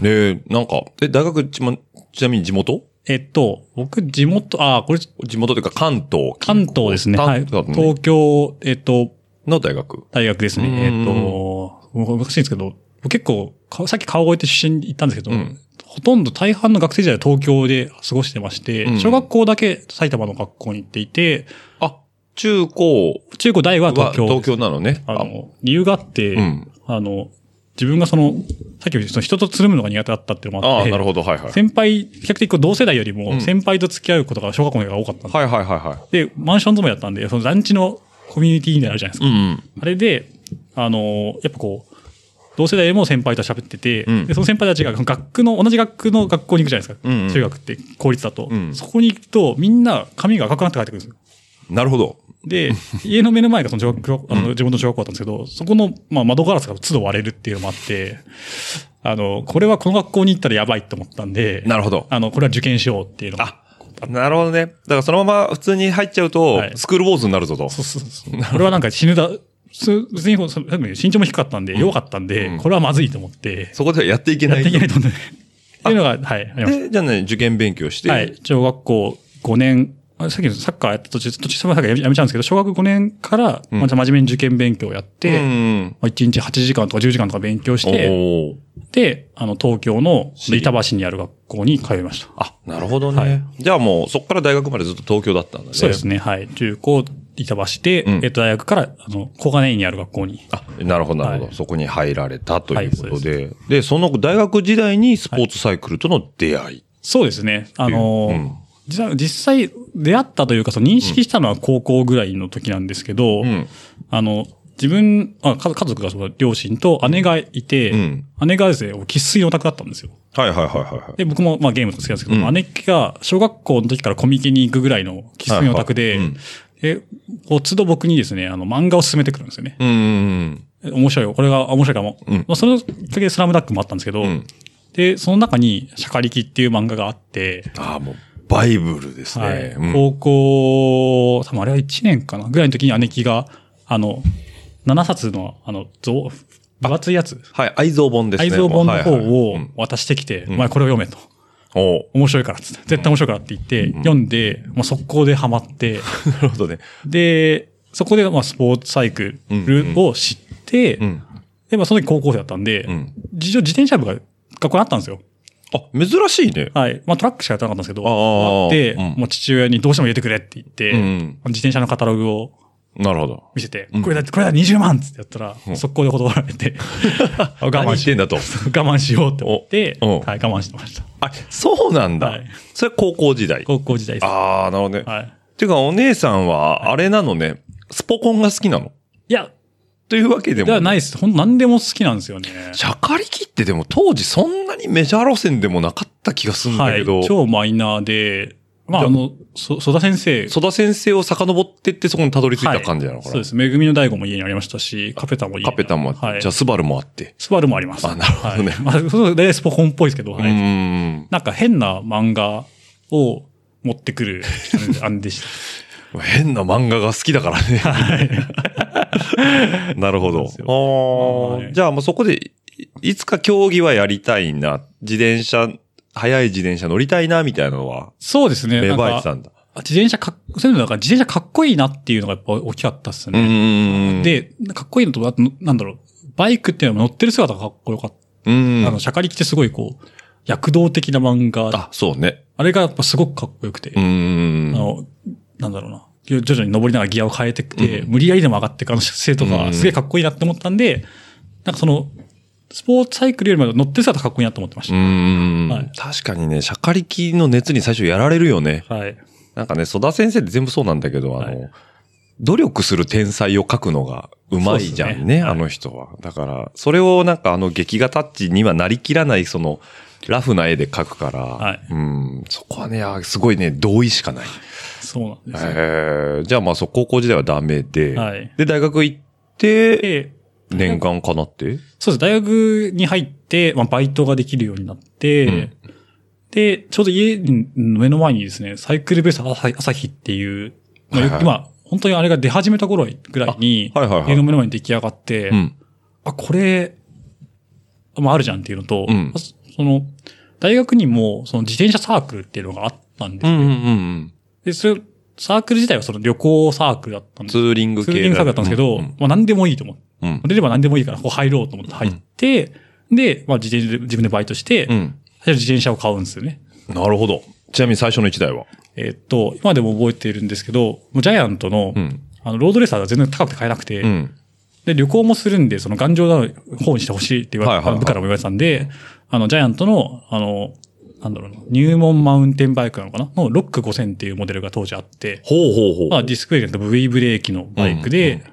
ねえ、なんか、え、大学ち,、ま、ちなみに地元
えーっと、僕、地元、あ、これ、
地元というか関東。
関東ですね。はい。
関東ね
東京、えーっと、
の大学。
大学ですね。
うん
えーっと、僕難しいんですけど、結構、かさっき川越って出身で行ったんですけど、
うん
ほとんど大半の学生時代は東京で過ごしてまして、
うん
小学校だけ埼玉の学校に行っていて、
あ、中高
中高大
は
は東京。
東京なのね。
あの、理由があって、
うん
あの、自分がその、さっきもその人とつるむのが苦手だったっていうのもあっ
あ
て、
あ、なるほど、はいはい。
先輩、比較的こう同世代より
う
も
ん
先輩と付き合うことが小学校の時が多かったんで,、
はいはいはいは
で、マンション勤めだったんで、その団地のコミュニティみたいなのあるじゃないです
い。う
か。
ん
あれで、あの、やっぱこう、同世代も先輩と喋ってて、
うん
でその先輩たちが学区の、同じ学区の学校に行くじゃないですか。
うんうん
中学って、公立だと、
うん
そこに行くと、みんな髪が赤くなって帰ってくるんですよ。
うん。なるほど。
で、家の目の前がその小学あの地元の小学校だったんですけど、そこの、まあ、窓ガラスが都度割れるっていうのもあって、あの、これはこの学校に行ったらやばいと思ったんで、
なるほど。
あの、これは受験しようっていうのが。
あ、なるほどね。だからそのまま普通に入っちゃうと
は、い
スクールウォーズになるぞと。
そうそうそう。これはなんか死ぬだ、す別にその身長も低かったんで、弱かったんで、
うん
これはまずいと思って、
そこではやっていけな
や
い
っ
と。
ていけないと思って、 っていうのが、はい、ありまし
で、じゃあね、受験勉強して。
た。はい、小学校5年、あさっきのサッカーやった途中、途中サッカーやめやめちゃうんですけど、小学5年から、
ん
まあ、じゃあ真面目に受験勉強をやっ
う
て、
ん。
まあ、1日8時間とか10時間とか勉強し
お
て、
ー
で、あの、東京の
市
板橋にある学校に通いました。
あ、なるほどね。
はい
じゃあもう、そこから大学までずっと東京だったんだね。
そうですね。はい。中高、板橋で、
うん
えっと、大学から、あの、小金井にある学校に。
あ、なるほど、なるほど、
はい
そこに入られたということで。
は
でその大学時代にスポーツサイクルとの出会い。
そうですね。あの
う
ー
ん
実は実際出会ったというか、その認識したのは高校ぐらいの時なんですけど、
うん。
あの、自分、あか家族がその両親と姉がいて、
うん
姉がですね、生粋のオタクだったんですよ。
はいはいはいはいはい。
で、僕もまあゲームとか好きなんですけど、
うん
姉が小学校の時からコミケに行くぐらいの生粋のオタクで、
はいはいうん
で、こう、都度僕にですね、あの、漫画を勧めてくるんですよね。
うんうん
面白いよ。これが面白いかも。
うん
まあ、そのきっかけでスラムダックもあったんですけど、
うん。うん。
で、その中に、シャカリキっていう漫画があって、
ああ、もう、バイブルですね。
はい。
うん
高校、多分あれは1年かなぐらいの時に姉貴が、あの、7冊の、あの、ぞ分厚いやつ、
はい、愛蔵本ですね。
愛蔵本の方
はいはい
を
うん
渡してきて、
ん
お前これを読めと。
おう
面白いからっつって、絶対面白いからって言って、読んで、もう速攻でハ マって、
なるほどね。
で、そこでまあスポーツサイクルを知って、
うん。
で、まあその時高校生だったんで、
うん
自自転車部が学校にあったんですよ。
あ、珍しいね。
はい。まあトラックしかやってなかったんですけど、
ああ
あって、
うん
もう父親にどうしても入れてくれって言って、
うん
自転車のカタログを
なるほど。
見せて、
うん
これだって、これだ20万っつってやったら、
うん
速攻で断ら れて、我
何
慢
言っ、
して
んだと。
我慢しようって思って、
お
は
う
い
ん、
我慢してました。
あ、そうなんだ。
はい
それは高校時代。
高校時代です。
ああ、なるほどね。
はい。
ていうか、お姉さんは、あれなのね、スポコンが好きなの
いや、
というわけでも
ではないです。ほん、何でも好きなんですよね。
シャカリキってでも当時そんなにメジャー路線でもなかった気がするんだ
は
け
い
ど、。
超マイナーで、ま
じゃあ
あ、あの、そ、曽田先生。
曽田先生を遡ってってそこにたどり着いた感じなのかな、
はいそうです。めぐみの大悟も家にありましたし、カペタも家に
カペタもあって、
はい
じゃあ。スバルもあって。
スバルもあります。
あなるほどね
はいまあ、そうで、スポコンっぽいですけ
う
ど、はい。
ーん。
なんか変な漫画を持ってくる姉でした。
変な漫画が好きだからね。なるほど。
そう
ああ、
はい
じゃあもうそこで、いいつか競技はやりたいな。自転車、速い自転車乗りたいな、みたいなのは、
そうですね。
芽
なん
生え
か
てたんだ。
自転車かっ、そういうのなんか自転車かっこいいなっていうのがやっぱ大きかったっす
うんう
ね。
んうん。、
で、かっこいいのと、あと、なんだろう、バイクっていうのも乗ってる姿がかっこよかった。
うん。
あの、シャカリキってすごいこう、躍動的な漫画。あ
あ、そうね。
れがやっぱすごくかっこよくて、
うん
あ
うんうん。
の、なんだろうな。徐々に登りながらギアを変えてくて、
う
無理やりでも上がっていくあの姿勢と
うん
か、すげえかっこいいなって思ったんで、なんかその、スポーツサイクルよりも乗ってる姿かっこいいなと思ってまし
う
た。
ん
はい
確かにね、シャカリキの熱に最初やられるよね。
はい。
なんかね、曽田先生って全部そうなんだけど、あの、
は
努力する天才を書くのがうまいじゃんね
そうですねはい
あの人は。だから、それをなんかあの劇画タッチにはなりきらない、その、ラフな絵で描くから、
はい
うん、そこはね、あすごいね、同意しかない。
そうなんですよ。
えー、じゃあまあそう、高校時代はダメで、
はい
で、大学行って、
で、
念願かなって
そうです。大学に入って、まあ、バイトができるようになって、
うん
で、ちょうど家の目の前にですね、サイクルベース朝朝日っていう、まあ、
はいはい
まあ本当にあれが出始めた頃ぐらいに、
あはいはいはい
家の目の前に出来上がって、
うん。
あ、これ、まあ、あるじゃんっていうのと、
うん
まあその、大学にも、その自転車サークルっていうのがあったんです
う
よ
んうんうんうん。
で、それ、サークル自体はその旅行サークルだったんです
ツーリング
ツ
系
ーリングサークルだったんですけど、
うんうん
まあ何でもいいと思って、
うん
出れば何でもいいから、ここ入ろうと思って入って、で、まあ自転車で自分でバイトして、
うん
最初自転車を買うんですよね。
なるほど。ちなみに最初の一台は
えーっと、今でも覚えているんですけど、もうジャイアントの、
うん
あの、ロードレーサーが全然高くて買えなくて、
うん。
で、旅行もするんで、その頑丈な方にしてほしいって言われ、
はいはいはい
部下からも言われてたんで、あの、ジャイアントの、あの、なんだろうな、入門マウンテンバイクなのかなのロック5000っていうモデルが当時あって、
ほうほうほう。
まあ、ディスクブレーキの V ブレーキのバイクで、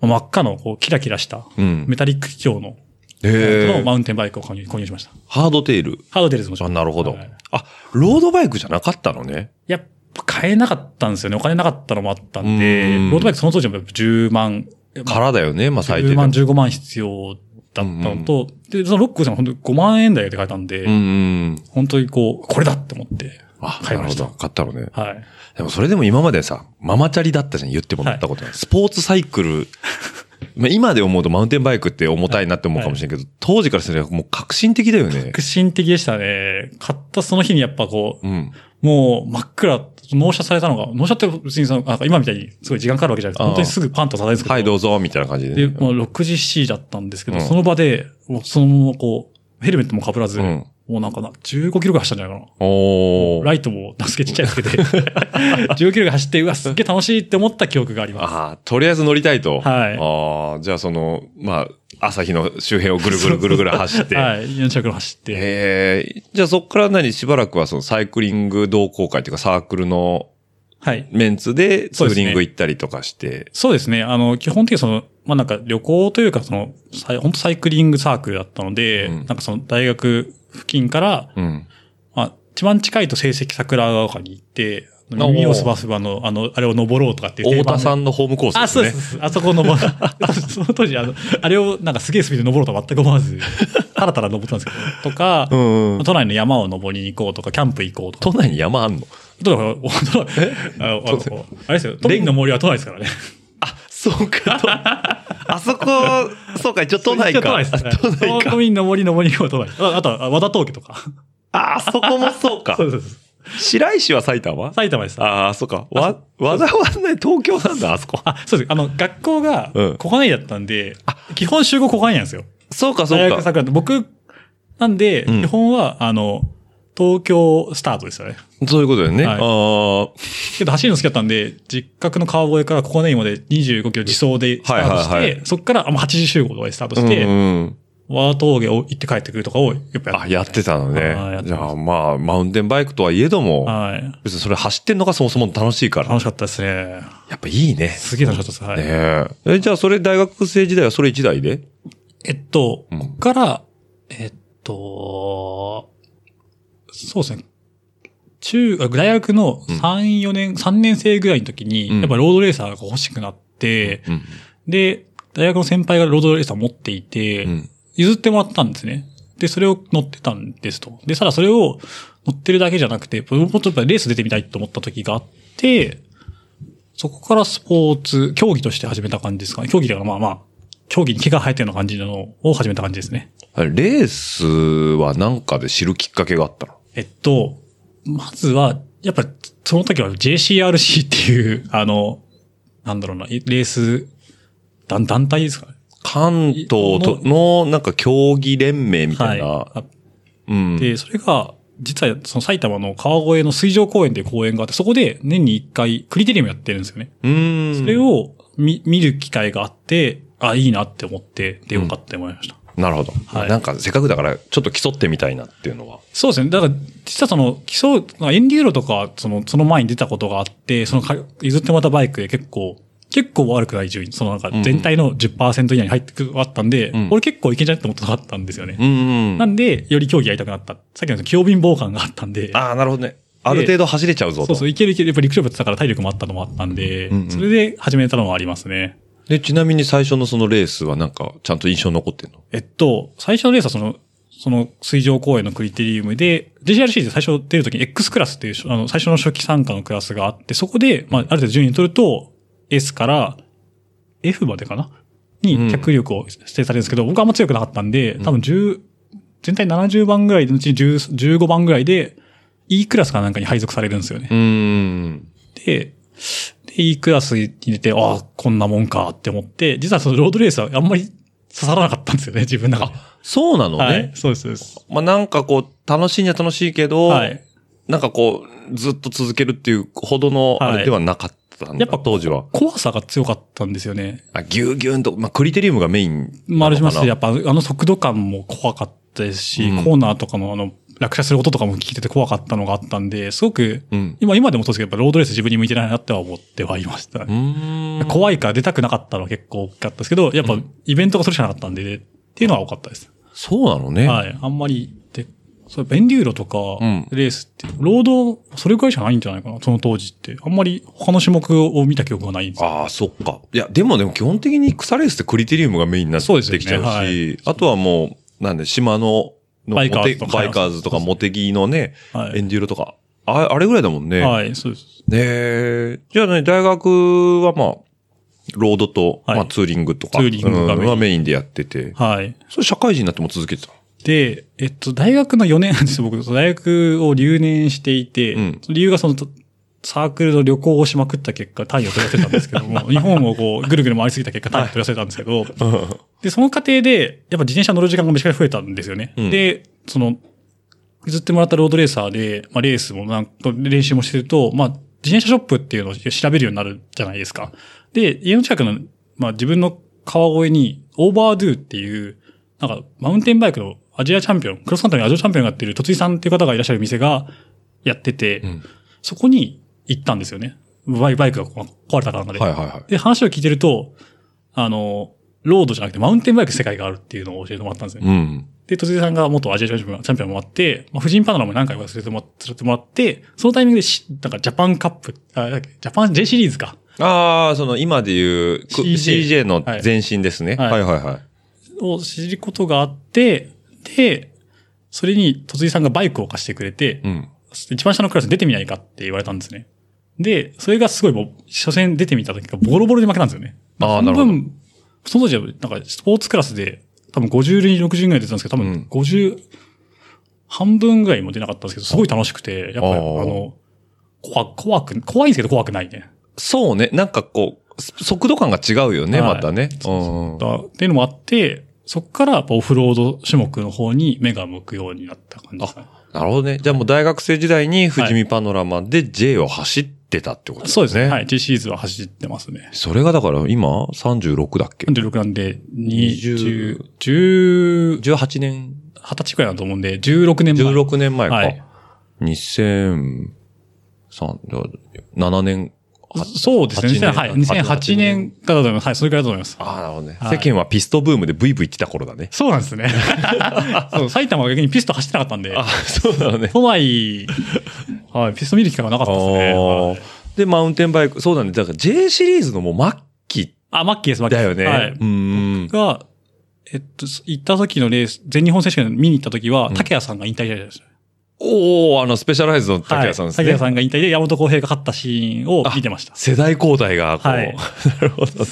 まあ真っ赤のこうキラキラした
うん
メタリック基調の,、
へ
の
え。
マウンテンバイクを購入購入しました。
ハードテール。
ハードデルズもし
あ、なるほど
はい。
あ、ロードバイクじゃなかったのね。
やっぱ買えなかったんですよね。お金なかったのもあったんで、
うん
ロードバイクその当時もやっぱ10万、
からだよね、まあ最低
10
でも。
万、15万必要だったのと、で、そのロックさんは本当に5万円台で買えたんで、
うんうん。
本当にこう、これだって思って
あ、
買
なる
いま
ほ
した。
ど。買ったのね。
はい。
でもそれでも今までさ、ママチャリだったじゃん、言っても乗ったことない。スポーツサイク ル。まあ今で思うとマウンテンバイクって重たいなって思うかもしれんけど、当時からすればもう革新的だよね。
革新的でしたね。買ったその日にやっぱこ
う
う、
ん。
もう真っ暗、納車されたのが、納車って別にその、なんか今みたいにすごい時間かかるわけじゃないです
ああ
本当にすぐパンと叩いてくるんですけど。
はい、どうぞ、みたいな感じで
で、
ね。
もう6時、7時だったんですけど、
うん
その場で、もうそのままこう、ヘルメットも被らず、
うん
もうなんかな、15キロぐらい走ったんじゃないか
おー。
な。ライトも、すけちっちゃいつけ て、15キロぐらい走って、うわ、すっげえ楽しいって思った記憶があります。
ああ、とりあえず乗りたいと。
はい
ああ、じゃあその、まあ、朝日の周辺をぐるぐるぐるぐる走っ て。
はい、4着走って。
へえ、じゃあそこから何しばらくはそのサイクリング同好会というかサークルの
はい。
メンツでツ
そ
ー
うですね
リング行ったりとかして。
そうですね。あの、基本的にその、まあ、なんか旅行というか、その、さい本当サイクリングサークルだったので、
うん
なんかその大学付近から、
うん。
まあ、一番近いと成績桜川丘に行って、耳をすばすばの、あの、あれを登ろうとかっていう
太田さ
ん
んのホームコース
あ、
です
そう
ね。
です。そうですあそこを登る。 あその当時、あの、あれをなんかすげえスピードで登ろうとは全く思わ ず、たらたら登ったんですけど、とか、
うんうん
都内の山を登りに行こうとか、キャンプ行こうと
都
か。
内に山あんの
とか、都内あのあのあれですよ、都内の森は都内ですからね。
そうか、あそこ、そうか、一応都内
一応
か。
都内ですね。
都内か
都民の森の森にも都内。ああとは、和田峠とか。
ああ、そこもそうか
そ。うです。
白石は埼玉
埼玉です。
ああ、そうか。わ、わざわざね、東京なんだ、あそこ。
あ、そうです。あの、学校が
うん、
小金井だったんで、基本集合小金井なんですよ。
そうか、そ
大
う
学
か。
桜って。僕、なんで、
ん
基本は、あの、東京スタートですよね。
そういうことだよね。
はい
ああ、
けど走るの好きだったんで、実家の川越から小金井まで25キロ自走でスタートして、
はいはいはい
そっからあもう8時集合とかでスタートし
う
て、
んうん
和田峠を行って帰ってくるとかをよくや
あ、
って
やってたの
あーや
ね
っ。て
じ
ました
ゃあまあ、マウンテンバイクとはいえども、
はい。
別にそれ走ってんのがそもそも楽しいから。
楽しかったですね。
やっぱいいね。
すげえ楽しかったです。はい。
ねえ。え、じゃあそれ大学生時代はそれ一台で
えっと、
うん
こっから、えっと、そうですね。中、あ大学の3、4年、3年生ぐらいの時に、
うん
やっぱロードレーサーが欲しくなって、
うん。
で、大学の先輩がロードレーサー持っていて、
うん。
譲ってもらったんですね。で、それを乗ってたんですと。で、ただそれを乗ってるだけじゃなくて、もっとやっぱレース出てみたいと思った時があって、そこからスポーツ、競技として始めた感じですかね。競技だからまあまあ、競技に毛が生えたような感じのを始めた感じですね。
あれレースはなんかで知るきっかけがあったの
えっと、まずは、やっぱその時は JCRC っていう、あの、なんだろうな、レース、団団体ですかね。
関東との、なんか競技連盟みたいな。
はい。あ
うん。
で、それが、実はその埼玉の川越の水上公園という公園があって、そこで年に一回クリテリウムやってるんですよね。
うん。
それを見見る機会があって、あ、いいなって思って、でよかったって思いました。
なるほど。
はい
なんかせっかくだから、ちょっと競ってみたいなっていうのは。
そうですね。だから、実はその、基礎、なんかエンデューロとか、その、その前に出たことがあって、そのか、譲ってまたバイクで結構、結構悪くない順位、そのなんか全体の10%以内に入ってくあったんで、
ん
俺結構いけんじゃねって思ってなかったんですよね。
うんう。
なんんで、より競技やりたくなった。さっきの強貧乏感があったんで、
ああ、なるほどね。ある程度走れちゃうぞ
そ
と。
うそう、いけるいける、やっぱ陸上部やってたから体力もあったのもあったんで、
うんうん
それで始めたのもありますね。
で、ちなみに最初のそのレースはなんか、ちゃんと印象に残ってんの
えっと、最初のレースはその、その水上公園のクリテリウムで、JCRC で最初出るときに X クラスっていう、あの、最初の初期参加のクラスがあって、そこで、まあ、ある程度順位を取ると、S から F までかなに脚力を指定されるんですけど、僕はあんま強くなかったんで、多分10、全体70番ぐらいのうち10 15番ぐらいで、E クラスかなんかに配属されるんですよね。
うーん。
で、で、E クラスに出て、ああ、こんなもんかって思って、実はそのロードレースはあんまり刺さらなかったんですよね、自 分の中で。
そうなのね。
はい、そうです、そうです。
まあなんかこう、楽しいには楽しいけど、
はい。
なんかこう、ずっと続けるっていうほどの
はい
あれではなかったんだ、
やっぱ
当時は。
怖さが強かったんですよね。
あ、ぎゅうぎゅうんと、まあクリテリウムがメイン
まあ、あれしますし、や
や
っぱあの速度感も怖かったですし、
うん
コーナーとかのあの、落車する音とかも聞いてて怖かったのがあったんで、すごく、
うん
今、今でもそうですけど、やっぱロードレース自分に向いてないなっては思ってはいましたね、
うーん。
怖いから出たくなかったのは結構大きかったですけど、やっぱイベントがそれしかなかったんで、っていうのは多かったです。
そうなのね。
はい。あんまり、で、そう、ベンデューロとか
うん、
レースって、労働、それぐらいしかないんじゃないかな、その当時って。あんまり他の種目を見た記憶がないんですよ
ああ、そっか。いや、でもでも基本的に草レースってクリテリウムがメインになっ
そうですよ
て
ね
きちゃうし、
はい
あとはもう、なんで、島の、の
バイカー
モ
ズと
テ
か
バイカーズとか、モテギのね、
はい
エンデューロとか、ああれぐらいだもんね。
はい、そうです。
ねえじゃあね、大学はまあ、ロードと、
はい
まあツーリングとか、
ツーリングがメイン
うんはメインでやってて、
はい。
それ社会人になっても続けてた。
で、えっと、大学の4年なん ですよ、僕。そう大学を留年していて、
うん
その理由がその、とサークルの旅行をしまくった結果、単位を取らせたんですけど も、日本をこう、ぐるぐる回りすぎた結果、単位を取らせたんですけど、で、その過程で、やっぱ自転車乗る時間がめちゃくちゃ増えたんですよね。
うん
で、その、譲ってもらったロードレーサーで、まあ、レースもなんか、練習もしてると、まあ、自転車ショップっていうのを調べるようになるじゃないですか。で、家の近くの、まあ、自分の川越に、オーバードゥっていう、なんか、マウンテンバイクのアジアチャンピオン、クロスカントリーのアジアチャンピオンがやってる、とついさんっていう方がいらっしゃる店がやってて、
ん
そこに行ったんですよね。バイバイクが壊れたからなんで。
はいはいはい。
で、話を聞いてると、あの、ロードじゃなくてマウンテンバイク世界があるっていうのを教えてもらったんですよね。
うん。
で、とつさんが元アジアチャンピオンチャンピオンもあって、まあ、婦人パノラマに何回か連れてもら連れてもらって、そのタイミングでし、なんかジャパンカップ、あ、なんだっけジャパン J シリーズか、
ああ、その今でいう、く
CJ
CJ の前身ですね。は
はいい
はいはい。
を知ることがあって、で、それにとつさんがバイクを貸してくれて、
うん。
一番下のクラスに出てみないかって言われたんですね。で、それがすごいもう、初戦出てみた時がボロボロに負けたんですよね。
ああなるほど
半分その時は、なんか、スポーツクラスで、多分50人、60人ぐらい出てたんですけど、多
うん
分50、半分ぐらいも出なかったんですけど、すごい楽しくて、やっぱり、あ
あー
の、怖、怖く、怖いんですけど怖くないね。
そうね、なんかこう、す速度感が違うよね、
はい
またね。うん
だっていうのもあって、そこからやっぱオフロード種目の方に目が向くようになった感じですかね。
なるほどね。じゃあもう大学生時代に富士見パノラマで J を走ってたってこと
そうですね。はい。J シリーズは走ってますね。
それがだから今36だっけ
46なんで、20
20、
10、
?18 年、
二十歳くらいだと思うんで、16年前。
16年前か。
はい
2003、7年、
そうですね。
8年
はい。2008年かだと思います。はい、それくらいだと思います。
ああ、なるほどね、
はい
世間はピストブームでブイブイ言ってた頃だね。
そうなんですね。 そう、埼玉は逆にピスト走ってなかったんで
あ、 そうだね。
都内、はい、ピスト見る機会がなかったですね。
あ
は
あ
い
で、マウンテンバイク、そうだね。だから J シリーズのもう末期
あ、マッキーです、マッキー
だよね。
はい。
うん。
が、えっと、行った時のレース、全日本選手権見に行った時は、竹谷さんが引退じゃないですか。
おおあの、スペシャライズの竹
はい
谷さんですね。
竹谷さんが引退で山本浩平が勝ったシーンを見てました。
世代交代が、こう、
はい
なるほどね。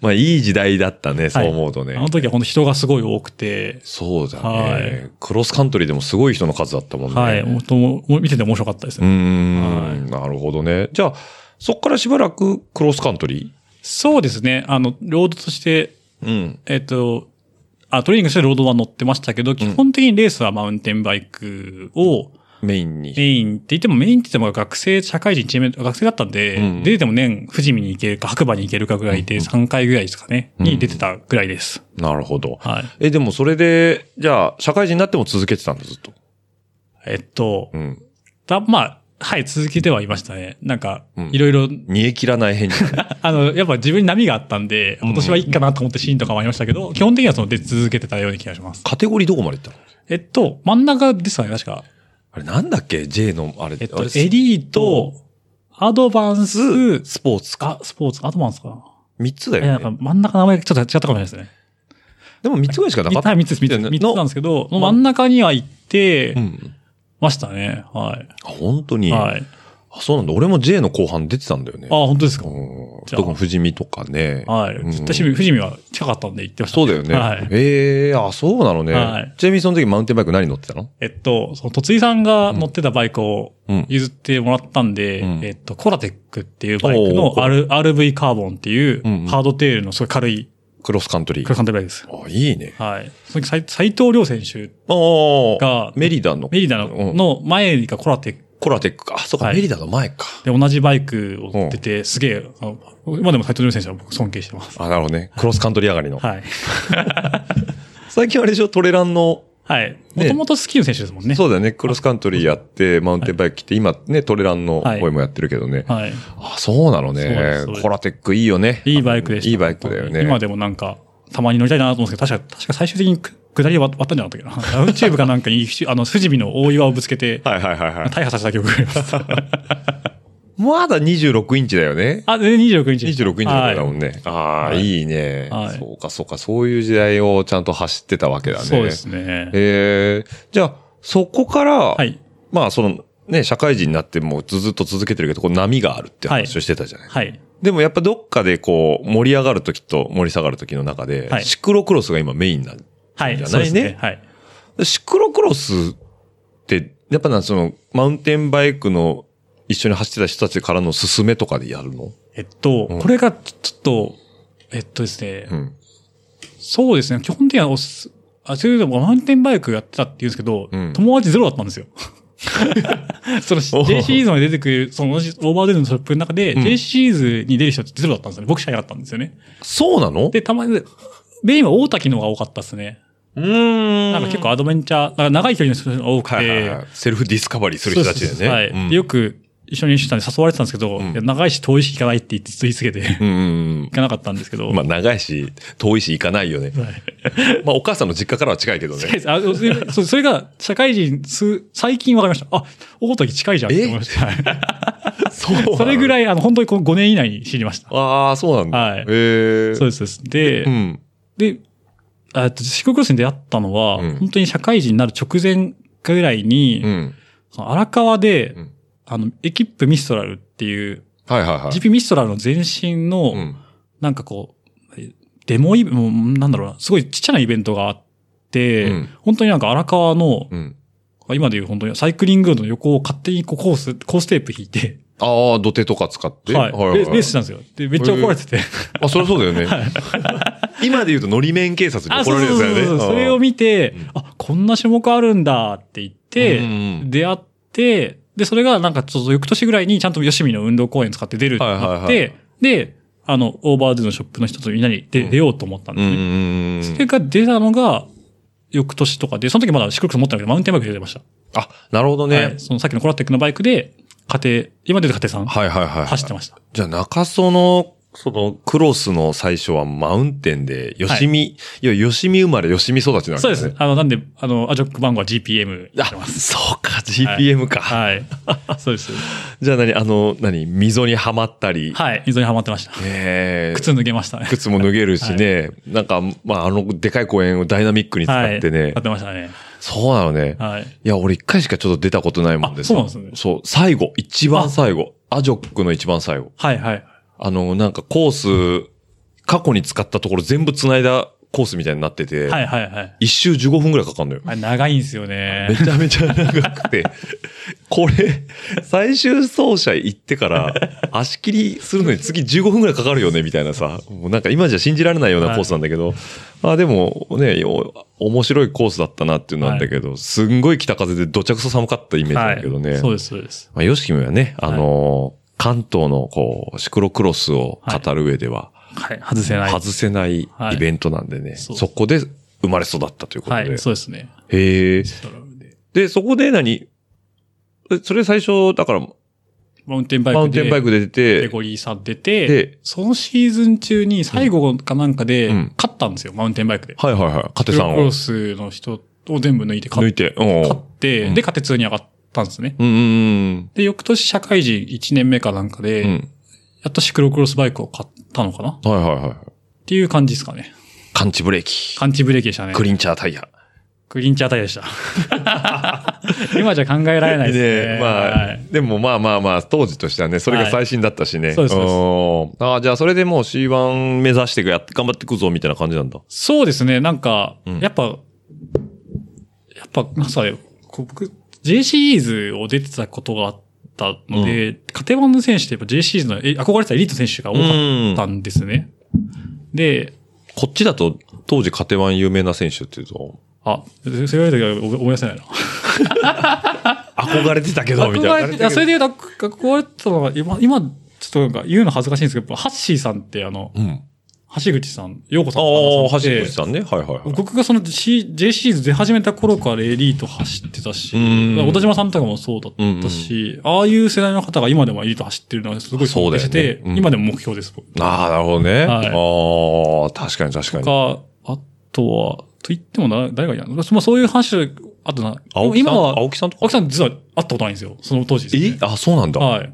まあ、いい時代だったね、そう思うとね。
あの時は本当人がすごい多くて、
そうだね、
はい
クロスカントリーでもすごい人の数だったもんね。
はい、
う
本当もう見てて面白かったですね
ー。ん、
はい
なるほどね。じゃあ、そっからしばらくクロスカントリ
そうですね。あの、ロードとして、
ーうん。
えっ、と、あ、トレーニングしてロードは乗ってましたけど、基本的にレースはマウンテンバイクを
メインに。
メインって言っても、メインって言っても学生、社会人チーム、学生だったんで、
うん
出てても年、富士見に行けるか、白馬に行けるかぐらいで、3回ぐらいですかね、に出てたぐらいです。
なるほど。
はい。
え、でもそれで、じゃあ、社会人になっても続けてたんだ、ずっと。
えっと
う、ん。
だまあ、はい、続けてはいましたね。なんか
うん、
いろいろ、
煮え切らない変に。
あの、やっぱ自分に波があったんで、今年はいいかなと思ってシーンとかもありましたけど、基本的にはその出続けてたような気がします。
カテゴリーどこまでいったの
えっと、真ん中ですかね、確か。
あれなんだっけ ?J の、あれ、
えっ
あ
と
れ、
エリート、アドバンス、
スポーツか。
あ、スポーツ、アドバンスかな。
3つだ
え、なん
よ
か
ね。
真ん中の名前がちょっと違ったかもしれないですね。
でも3つぐらいしかなかった。
はい、3つです、3つ。三つなんですけど、真ん中には行って
うん。
ましたね。はい。
あ本当に。
はい。
あそうなんだ。俺も J の後半出てたんだよね。
あ、本当ですか。
うん
じゃあ
特に富士見とかね。
はい。
うん
絶対、富士見は近かったんで行ってました、
そうだよね。
はい。
ええあ、そうなのね。
はい
ちなみにその時マウンテンバイク何乗ってたの
えっと、その、とついさんが乗ってたバイクを
うん
譲ってもらったんで、
うん
えっと、コラテックっていうバイク
お
の
ー
R RV カーボンっていう
うんうん
ハードテールのすごい軽い
クロスカントリ
クラ
ー。
カントリーバイクです。
あ、いいね。
はい。その時、斎藤亮選手、
ああ
が、
メリダの。
メリダの,、
うん
の前がコラテック
コラテックか。あ、そうか、
はい
メリダの前か。
で同じバイクを乗ってて、すげえ、あの今でも斎藤亮選手は僕尊敬してます。
あ、なるほどね。クロスカントリー上がりの。
はい。
最近あれでしょ、トレランの、
はい。もともとスキーの選手ですもんね。
そうだよね、クロスカントリーやって、マウンテンバイク来て、今ね、トレランの
はい
声もやってるけどね。
はい。
あ、そうなの
そうで
ね
すそうで。す
コラテックいいよね。
いいバイクでした。
いいバイクだよね。
今でもなんか、たまに乗りたいなと思うんですけど、確か、確か最終的にく下りで割ったんじゃなかったっけ ど、ラウンチューブかなんかに、あの、富士見の大岩をぶつけて、
はいはいはいはい。
大破させた記憶があ ります。
まだ26インチだよね。
あ、で、26日。
26インチ
は
だ
い
もんね。ああ、
はい
いいね、
はい
そうか、そうか。そういう時代をちゃんと走ってたわけだね。
そうですね。
えーじゃあ、そこから、
はい。
まあ、その、ね、社会人になってもうずっと続けてるけど、こう波があるって話をしてたじゃない、
はい。
でもやっぱどっかでこう、盛り上がるときと盛り下がるときの中で、
はい
シクロクロスが今メインなん
はい。
じゃ
そ
な
うで
い
す
ね
ね。。はい。
シクロクロスって、やっぱな、その、マウンテンバイクの一緒に走ってた人たちからの勧めとかでやるの
えっと、
うん
これがちょっと、えっとですね、
うん。
そうですね、基本的にはおす、あ、それでもマウンテンバイクやってたって言うんですけど、
うん
友達ゼロだったんですよ。 その
おう
J シリーズまで出てくる、そのオーバーデルのショップの中で、
うん
J シリーズに出る人ってゼロだったんですよね。僕しかいなかったんですよね。
そうなの
で、たまに、メインは大滝の方が多かったですね。
うーん
なんか結構アドベンチャー、なんか長い距離の人が多くて、
はいはいはいセルフディスカバリーする人たちだよ
そうそうそうはい
ね。うん
でよく一緒にしてたんで誘われてたんですけど、
ん
いや長いし遠いし行かないって言ってずっと言いつけて、行
うんうん
かなかったんですけど、
うん。まあ長いし、遠いし行かないよね。 まあお母さんの実家からは近いけどね。
あそれそうそれが、社会人数、最近分かりました。あ、大滝近いじゃんって思いました。はい
そう
それぐ
い。
らい、あの、本当にこの5年以内に知りました。
ああ、そうなんだ。
はい
へえ。
そうです、そうです。で、
うん。
で、えっと、四国クロスに出会ったのは、
うん
本当に社会人になる直前ぐらいに、
うん。
その荒川で、
うん
あの、エキップミストラルっていう、
はいはいはい。
GP ミストラルの前身の、
うん。
なんかこう、デモイベもうなんだろうな、すごいちっちゃなイベントがあって、
うん
本当になんか荒川の、
うん。
今でいう本当にサイクリングロードの横を勝手にこうコース、コーステープ引いて、
ああ、土手とか使って。
はい、レレースしたんですよ。で、めっちゃ怒られてて。
あ、そりゃそうだよね。 今で言うと、のり面警察に
あ、
怒
そ
ら
う
れる
そ
や
う
つだよね。
そうそう。それを見て、あ、こんな種目あるんだって言っ
うん
て
う、ん
出会って、で、それがなんかちょっと翌年ぐらいにちゃんと吉見の運動公園使って出るってなっ
はいはい
て、で、あの、オーバードゥのショップの人とみんなに出
うん
出ようと思ったん
う
で
ん
す
うん
ね。
うんう
そ
ん。
れが出たのが、翌年とかで、その時まだシクロクス持ってないけど、マウンテンバイクで出てました。
あ、なるほど
は
ね
い。そのさっきのコラテックのバイクで、家庭、今出てる家庭さん、
はいはいはい。
走ってました。
じゃあ中曽の、その、クロスの最初はマウンテンで、吉見、い、や、吉見生まれ、吉見育ちなん
そうです。。あの、なんで、あの、アジョック番号は GPM やって
あ
ま、す。
そうか、GPM か。
はい。そうです。
じゃあ何、あの、何、溝にはまったり、
はい。溝にはまってました。
えー
靴脱げましたね。
靴も脱げるしね、なんか、まあ、あの、でかい公園をダイナミックに
は
使
い。
ってね、
やってましたね。
そうなのね。
はい。
いや、俺一回しかちょっと出たことないもんでさ
あそうなんですね
そう、最後、一番最後、アジョックの一番最後。
はいはい。
あの、なんかコース、過去に使ったところ全部繋いだコースみたいになってて、
はいはいはい。
一周15分ぐらいかかるのよ。
あれ長いんですよね
め。ちゃめちゃ長く て、これ、最終走者行ってから、足切りするのに次15分ぐらいかかるよね、みたいなさ。もうなんか今じゃ信じられないようなコースなんだけど、まあでもね、よ面白いコースだったなっていうのなんだけど、すんごい北風でどちゃくそ寒かったイメージ
は
だ
い。
けどね。
そうです、そうです。
まあ、ヨシキムはね、あのー関東のこう、シクロクロスを語る上では、
はい。外せない。
外せないイ
はい
ベントなんでね、
そう
そこで生まれ育ったということ
は
で。
い。そうですね。
へえ。で、そこで何えそれ最初、だから、
マウンテンバイクで。
マウンテンバイクで出
カ
て
テ、ゴリー差出て、
で
そのシーズン中に最後かなんかで
うん、
勝ったんですよ、マウンテンバイクで。
はいはいはい、カテ
プ
さ
ロ
ん
ク
を
ロスの人を全部抜いて勝
抜
っ
いて。うん
勝って、
うん
で、カテ2に上がったんですね。
うんうん
で、翌年社会人1年目かなんかで、
うん。うん。
やっとシクロクロスバイクを買ったのかなっ
はいはいはい。
ていう感じですかね。
感知ブレーキ。
感知ブレーキでしたね。
クリンチャータイヤ。
クリンチャータイヤでした。 今じゃ考えられないですね。
ねまあ、
はい
でもまあまあまあ、当時としてはね、それが最新だったしね。
いそうですそうです
んああ、じゃあそれでもう C1 目指してやって頑張っていくぞみたいな感じなんだ。
そうですね、なんか、
うん
やっぱ、やっぱ、なんかねこう僕、J シリーズを出てたことがあったので、カテゴリーの選手ってやっぱ J シリーズのえ憧れてたエリート選手が多かったんですね。で、
こっちだと、当時カテワン有名な選手っていうと、
あ、それ言われたけど思い出せないな。
憧れてたけど、みたい
憧れて、
な。
あそれで言うと、憧れてたのが、今、今、ちょっとなんか言うの恥ずかしいんですけど、やっぱハッシーさんってあの、
うん。
橋口さん、陽子
あ
さん
あ、橋
さんって
口さんね。はいはいはい。
僕がその C- J シリーズ出始めた頃からエリート走ってたし、
うん
小田島さんとかもそうだったし、ああいう世代の方が今でもエリート走ってるのはすごい尊敬して
そうだ
て
よ、ねうん
今でも目標です、僕。
ああ、なるほどね。あ
はい
あ、確かに確か
と
に。
か、あとは、と言ってもな誰がいいなまあそういう話、あとな、
青木さ
今
ん
は、
青木さんとか
青木さん実は会ったことないんですよ、その当時ですね
えあ、そうなんだ。
はい。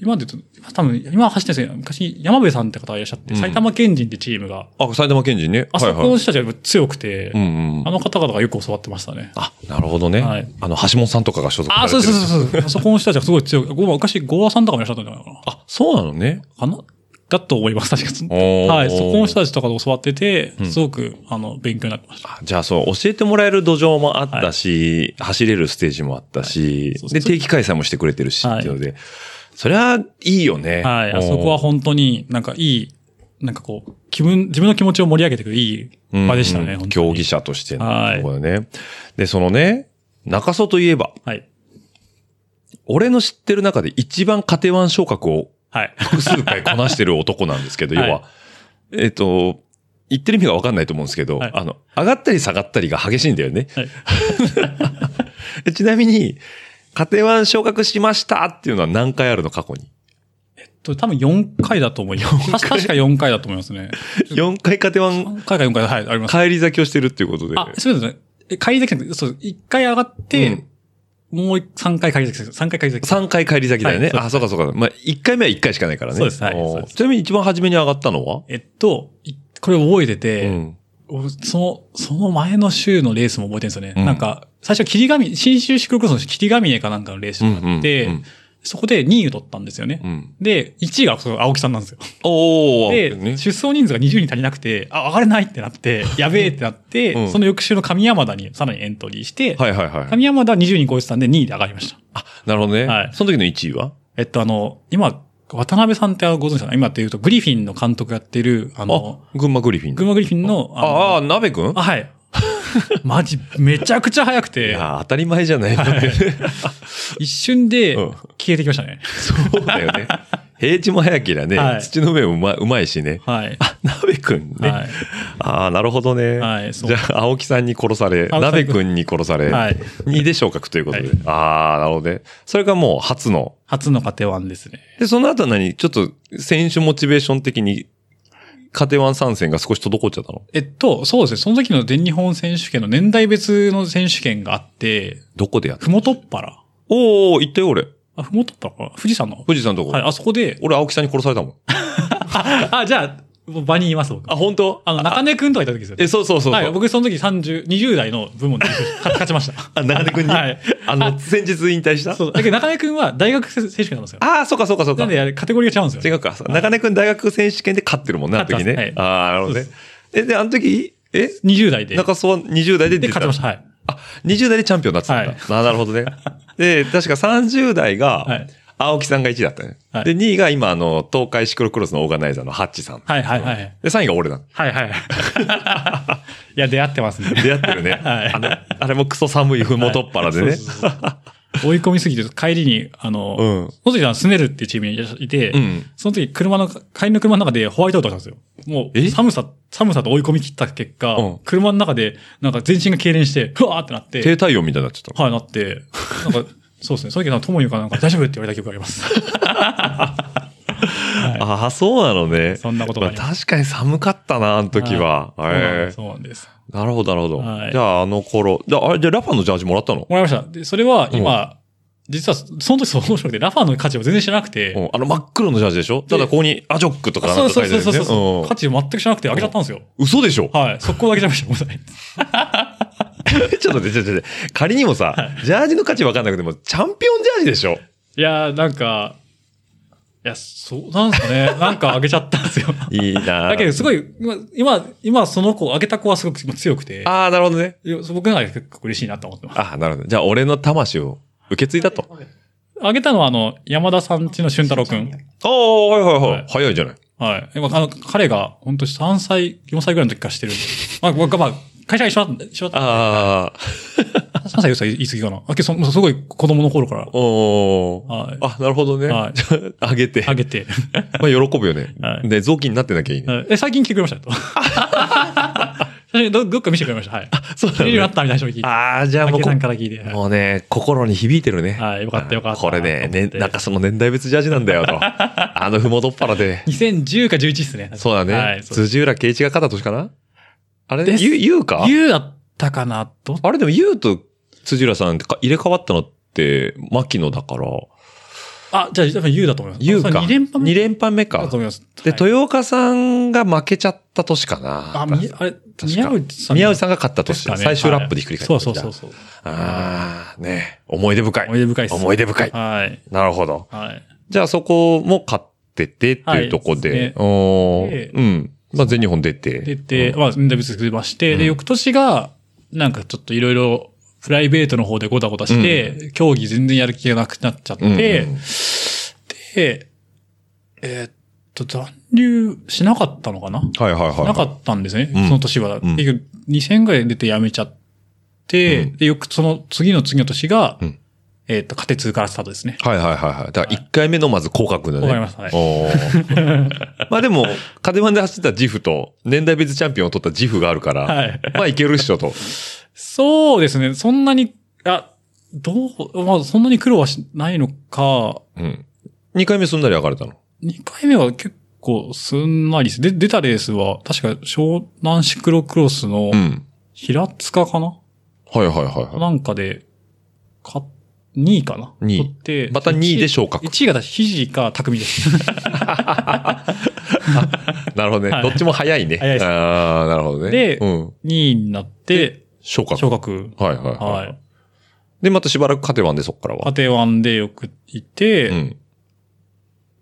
今で言うと、多分、今走ってるんですけど、昔山部さんって方がいらっしゃって、
うん
埼玉県人ってチームが、
あ、埼玉県人ね。
あ
はい
そこ
は
の
い。
人たちがやっぱ強くて、
うんうん
あ。の方々がよく教わってましたね。
あ、なるほどね。
はい
あの、橋本さんとかが所属さ
あ、
れて
そ
る。
うそうそうそう。あそこの人たちがすごい強い。ご昔、ゴアさんとかもいらっしゃったんじゃないかな。
あ、そうなのね。
かなだと思います、確かに。
おー
はい。そこの人たちとかで教わってて
う、ん
すごく、あの、勉強になってました。
あじゃあそう、教えてもらえる土壌もあったし、走れるステージもあったし、
そう
で、
そう
定期開催もしてくれてるし、
はい
っていうので、それはいいよね。
はい。
おー
あそこは、本当になんかいい、なんかこう、気分、自分の気持ちを盛り上げてくるいい場でした
うんう
ね、
ん
本当に
競技者としての
はい
ところでね。で、そのね、中曽といえば、
はい。
俺の知ってる中で一番カテワン昇格を
はい。
複数回こなしてる男なんですけど、
はい
要は、えっ、と、言ってる意味がわかんないと思うんですけど、
はい
あの、上がったり下がったりが激しいんだよね。
はい。
えちなみに、カテワン昇格しましたっていうのは何回あるの過去 に。
と多分4回だと思います。確か確か4回だと思いますね。
4回カテワン
3回か4回、はい、あります。
帰り咲きをしてるっていうことで。
あ、そうですね。え帰り咲きじゃなくて、そう、1回上がって、もう3回帰り咲きです、3回帰り咲きです。
3回帰り咲きだよね。
はい
あ、そうかそうか。まあ、1回目は1回しかないからね。
そうですはい
おー
そうです
ちなみに一番初めに上がったのは
えっと、いこれ覚えて
う
て、
ん。
その、その前の週のレースも覚えてるんですよね。
うん
なんか、最初、霧神、新州シクロクロスの霧神絵かなんかのレースがあって、
うんうんうん
そこで2位を取ったんですよね。
うん。
で、1位がその青木さんなんですよ。
おー。
で、
ね
出走人数が20人足りなくて、あ、上がれないってな って、やべえってなって、
うん
その翌週の神山田にさらにエントリーして、
はいはいはい。
神山田は20人超えてたんで2位で上がりました。
あ、なるほどね。
はい
その時の1位は
えっと、あの、今、渡辺さんってご存知ですかな今っていうと、グリフィンの監督やってる、あ
あ
の、、
群馬グリフィン。
群馬グリフィンの、の
ああー、鍋くん
あ、はい。マジ、めちゃくちゃ速く
い
て、
や、当たり前じゃない。だって
一瞬で
うん
消えてきましたね。
そうだよね。平地も早けりゃね、
はい
土の上もうまうまいしね。
はい。
あ、鍋くんね。
はい
ああ、なるほどね。
はいそう
じゃあ、青木さんに殺され、
青木さん
鍋くんに殺され、
はい
2で昇格ということで。
はい
ああ、なるほどね。それがもう初の。
初のカテワンですね。
で、その後は何ちょっと、選手モチベーション的に、カテワン参戦が少し滞っちゃったの
えっと、そうですね。その時の全日本選手権の年代別の選手権があって、
どこでやった
ふもとっぱら。
おお行ったよ、俺。
あ、ふもとっぱらかな富士山の。
富士山のとこ。
はい、あそこで、
俺、青木さんに殺されたもん。
あ、じゃあ、もう場にいます、僕。
あ、本当
あの、中根くんとかいた時ですよね。
え、そうそうそうそう。
はい、僕その時30、20代の部門で 勝勝ちました。
あ、中根くんに。
はい
あの、先日引退した
そう。だけど中根くんは大学選手権なんですよ。
ああ、そうかそうかそう
な
か
ん。であれカテゴリーが違うんです
違
よ。
うか。中根くん大学選手権で勝ってるもんな、あの時ね。
勝ってま
ああ、なるほどね
そうで。
え、で、あの時、え
20代で。
中曽は20代で出
で
てた
勝ちました。はい。
あ、20代でチャンピオンになってたんだ。あーなるほどね。で、確か30代
は
が
い、
青木さんが1位だったね。
はい
で、2位が今、あの、東海シクロクロスのオーガナイザーのハッチさん。
はいはいはい。
で、3位が俺だ。
はいはい。 いや、出会ってますね。
出会ってるね。
はい
あの、あれもクソ寒いふもとっぱらで
そう
ね。
そうそう追い込みすぎて、帰りに、あの、
うん
その時はスネルっていうチームにいて、
うん
その時車の、帰りの車の中でホワイトアウトがしたんですよ。も
え
う、寒さ、寒さと追い込み切った結果、
うん
車の中で、なんか全身が痙攣して、ふわーってなって、
低体温みたいになっちゃったの。
はい、なって、なんか、そうですね。その時のともゆかなんか大丈夫って言われた記憶があります。
ああ、そうなのね。
そんなことがあります
まあ確かに寒かったな、あの時は。ええ
そうなんです。
なるほど、なるほど。
はい
じゃあ、あの頃。じゃあ、あれ、じゃあラファのジャージもらったの
もらいました。で、それは今、実はその時そう面白くて、ラファーの価値を全然知らなくて、
うん、あの真っ黒のジャージでしょただここにアジョックとか
そ
なん
う
か書
そう
いて
そ
あ
う
るよ
そう
ね。
そう、
うん
価値全く知らなくてあげちゃったんですよ。
嘘でしょ
はい。速攻であげちゃいました。ごめんなさ い。
ちょっと待って、ちょっと待って。仮にもさ、ジャージの価値わかんなくても、チャンピオンジャージでしょ
いやー、なんか、いや、そう、なんです かね。なんかあげちゃったんですよ。
いいな
だけど、すごい、今今、今その子、あげた子はすごく強くて、
ああ、なるほどね。
いや僕の中で結構嬉しいなと思ってます。
ああ、なるほど。じゃあ、俺の魂を受け継いだと。
あげたのは、あの、山田さんちの俊太郎くん。
ああ、はいはいは
はいい。
早いじゃない。
はい。今、あの、彼が、本当3歳、4歳ぐらいの時からしてるんで。まあ、僕はまあ、会社が一緒だった、一緒だっ
ああ、
た。3歳、4歳言 い過ぎかな。あけどそのすごい子供の頃から、
おー
はい
あ、なるほどね。
はい
あげて。
あ げて。
まあ、喜ぶよね。
はい
で、雑巾になってなきゃいいね。
はいえ、最近来てくれ ましたと。写真ど、どっか見せてくれました。はい。
そうなの
見るようになったみたいな人に聞いて。
ああ、じゃあ
あ
もう
け
こ
さんから聞いて。はい
もうね、心に響いてるね。
はいよかったよかった
これねね、
と思って
なんかその年代別ジャージなんだよ と。あのふもどっぱらで。
2010か11ですね。
そうだね。
はい。そう
辻浦圭一が勝った年かなあれ
です
ゆ、ゆうか
優だったかなと。
あれでもゆうと辻浦さんってか入れ替わったのって、牧野だから、
あ、じゃあ、多分優だと思います。
ゆうか。
2連覇
二連覇目
だ
か
と。思います。
で、
はい
豊岡さんが負けちゃった年かな。
あ、み、あれ、
か
宮内さん。
宮内さんが勝った
で
年
すか
だ、
ね。
最終ラップでひっくり返った、
はいそうそうそうそう。
ああ、ね思い出深い。
思い出深いっす
思い出深い。
はい。
なるほど。
はい。
じゃあそこも買っててっていうとこで、
はいですね
おー
で
うん。まあ全日本出て。
出て、
うん
まあ、インタビュー作りまして、
うん
で、翌年が、なんかちょっといろいろ、プライベートの方でごたごたして、競技全然やる気がなくなっちゃって、
うんうん
で、えーっと、残留しなかったのかな、
はいはいはい。
なかったんですね、
うん
その年は。
ん
結局、2000ぐらい出て辞めちゃって、
うん
で、翌、その次の次の年が、
うん
えーっと、家庭通からスタートですね。
はいはいはいはい。だから1回目のまず広角だね。
わかりましたはい
お ーまあでも、カデマンで走ってたジフと、年代別チャンピオンを取ったジフがあるから、
はい
まあいけるっしょと。
そうですね、そんなに、あ、どう、まあ、そんなに苦労はしないのか、
うん。2回目すんなり上がれたの。
二回目は結構すんなりです。で、出たレースは、確か湘南シクロクロスの
うん。
平塚かな、
はいはいはいは
なんかで、か、2位かな
二位
取って。
また二位で昇格
1位が確か肘か匠です。
い。なるほどね。
はい
どっちも早いね。
早いっす
ああ、なるほどね。
で
うん。
2位になって、
昇格。
昇格。
はいはいはい。
はい。
で、またしばらくカテマンでそっから
パ
は。
テワンでよくいて、
うん。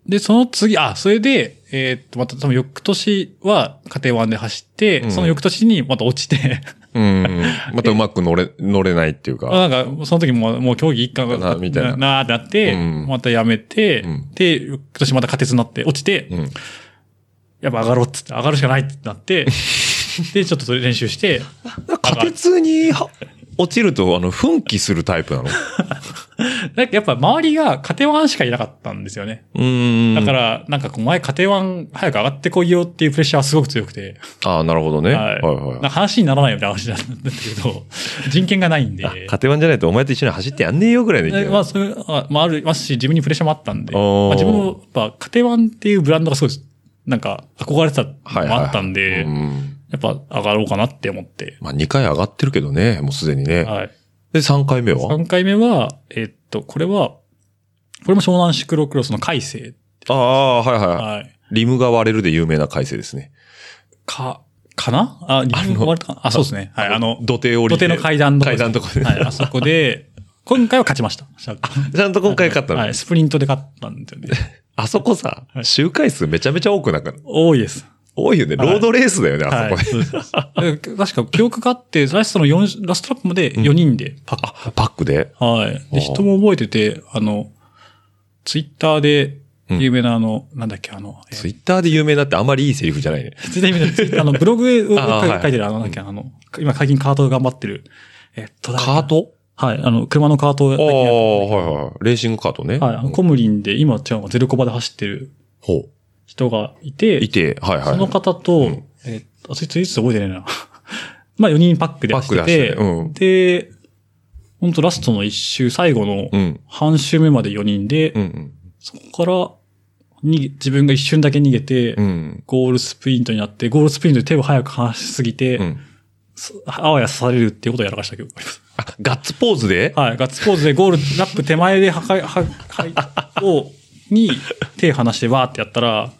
で、その次、あ、それで、えーっと、また多分翌年は家庭ワンで走って、
うん
その翌年にまた落ちて、
うん。またうまく乗れ、乗れないっていうか。
あ なんか、その時もう、もう競技一貫が
なみたいな
なーってなって、
うん
またやめて、
うん
で、今年また仮鉄になって、落ちて、
うん。
やっぱ上がろうっつって、上がるしかないって なって、で、ちょっとそれ練習して、
仮鉄には落ちると、あの、奮起するタイプなの。
なんかやっぱ周りが家庭ワンしかいなかったんですよね。
うん。
だから、なんかこう、前家庭ワン早く上がってこいよっていうプレッシャーはすごく強くて、
ああ、なるほどね。はい
なんか
は
話にならないみたいな話になったんだけど、 人権がないんで、
い。カテマンじゃないとお前と一緒に走ってやんねえよぐらいでいいん
で
じゃ
ま
ない
あ、そういう、あまあ、ありますし、自分にプレッシャーもあったんで、
あー
まあ、自分も、やっぱ、カテワンっていうブランドがすごい、なんか、憧れてたのも
はいはいはい
あったんで、
うん。
やっぱ、上がろうかなって思って、
まあ、2回上がってるけどね、もうすでにね。
はい。
で、3回目は
3回目は、えっと、これは、これも湘南シクロクロスの海星。
ああ、はいは
はい。
い。リムが割れるで有名な改正ですね。
か、かなあ、リンゴ割れたかあ、そうですね。はい、あの、
土手降り
土手の階段のとこ
階段のとこで。
はい、あそこ で、今回は勝ちました。
ちゃんと今回勝ったの。
はい、スプリントで勝ったんですよね。
あそこさ、
い
周回数めちゃめちゃ多くなくなる。
多いです。
多いよね。ロ
はい
ードレースだよね、あそこ
はい
ね。
そうですえ確か記憶があって、ラストの四ラストラップまで4人でパッ、
あ、パックで。
はい。
あー
で、人も覚えてて、あの、ツイッターで有名なあの、なんだっけ、あの、えー
ツイッターで有名だってあんまりいいセリフじゃないね。
ツイッターで有名なツイッターあの、ブログ を
あーはい
書いてる、あの、なんだっけ、あの、今最近カート頑張ってる、えっと、誰だ
カート
はい、あの、車のカートを
ああ、
最近やっ
はいはい。レーシングカートね。
てはいあの、コムリンで、今違うの、ゼロコバで走ってる
ほ。
人がいうて、
いて、はいはい。
その方と、えー、あ、そいついつ覚えてないな。まあ4人パックで走って、
パックで走っててねうん
で、本当ラストの一周、最後の
うん。
半周目まで4人で、
うん。
そこからに自分が一瞬だけ逃げて、
うん。
ゴールスプリントになって、ゴールスプリントで手を早く離しすぎて、
うん。
そあわや刺されるっていうことをやらかしたけど。
あ、ガッツポーズで
はい、ガッツポーズでゴール、ラップ手前で破壊、破壊を、に手離してわーってやったら、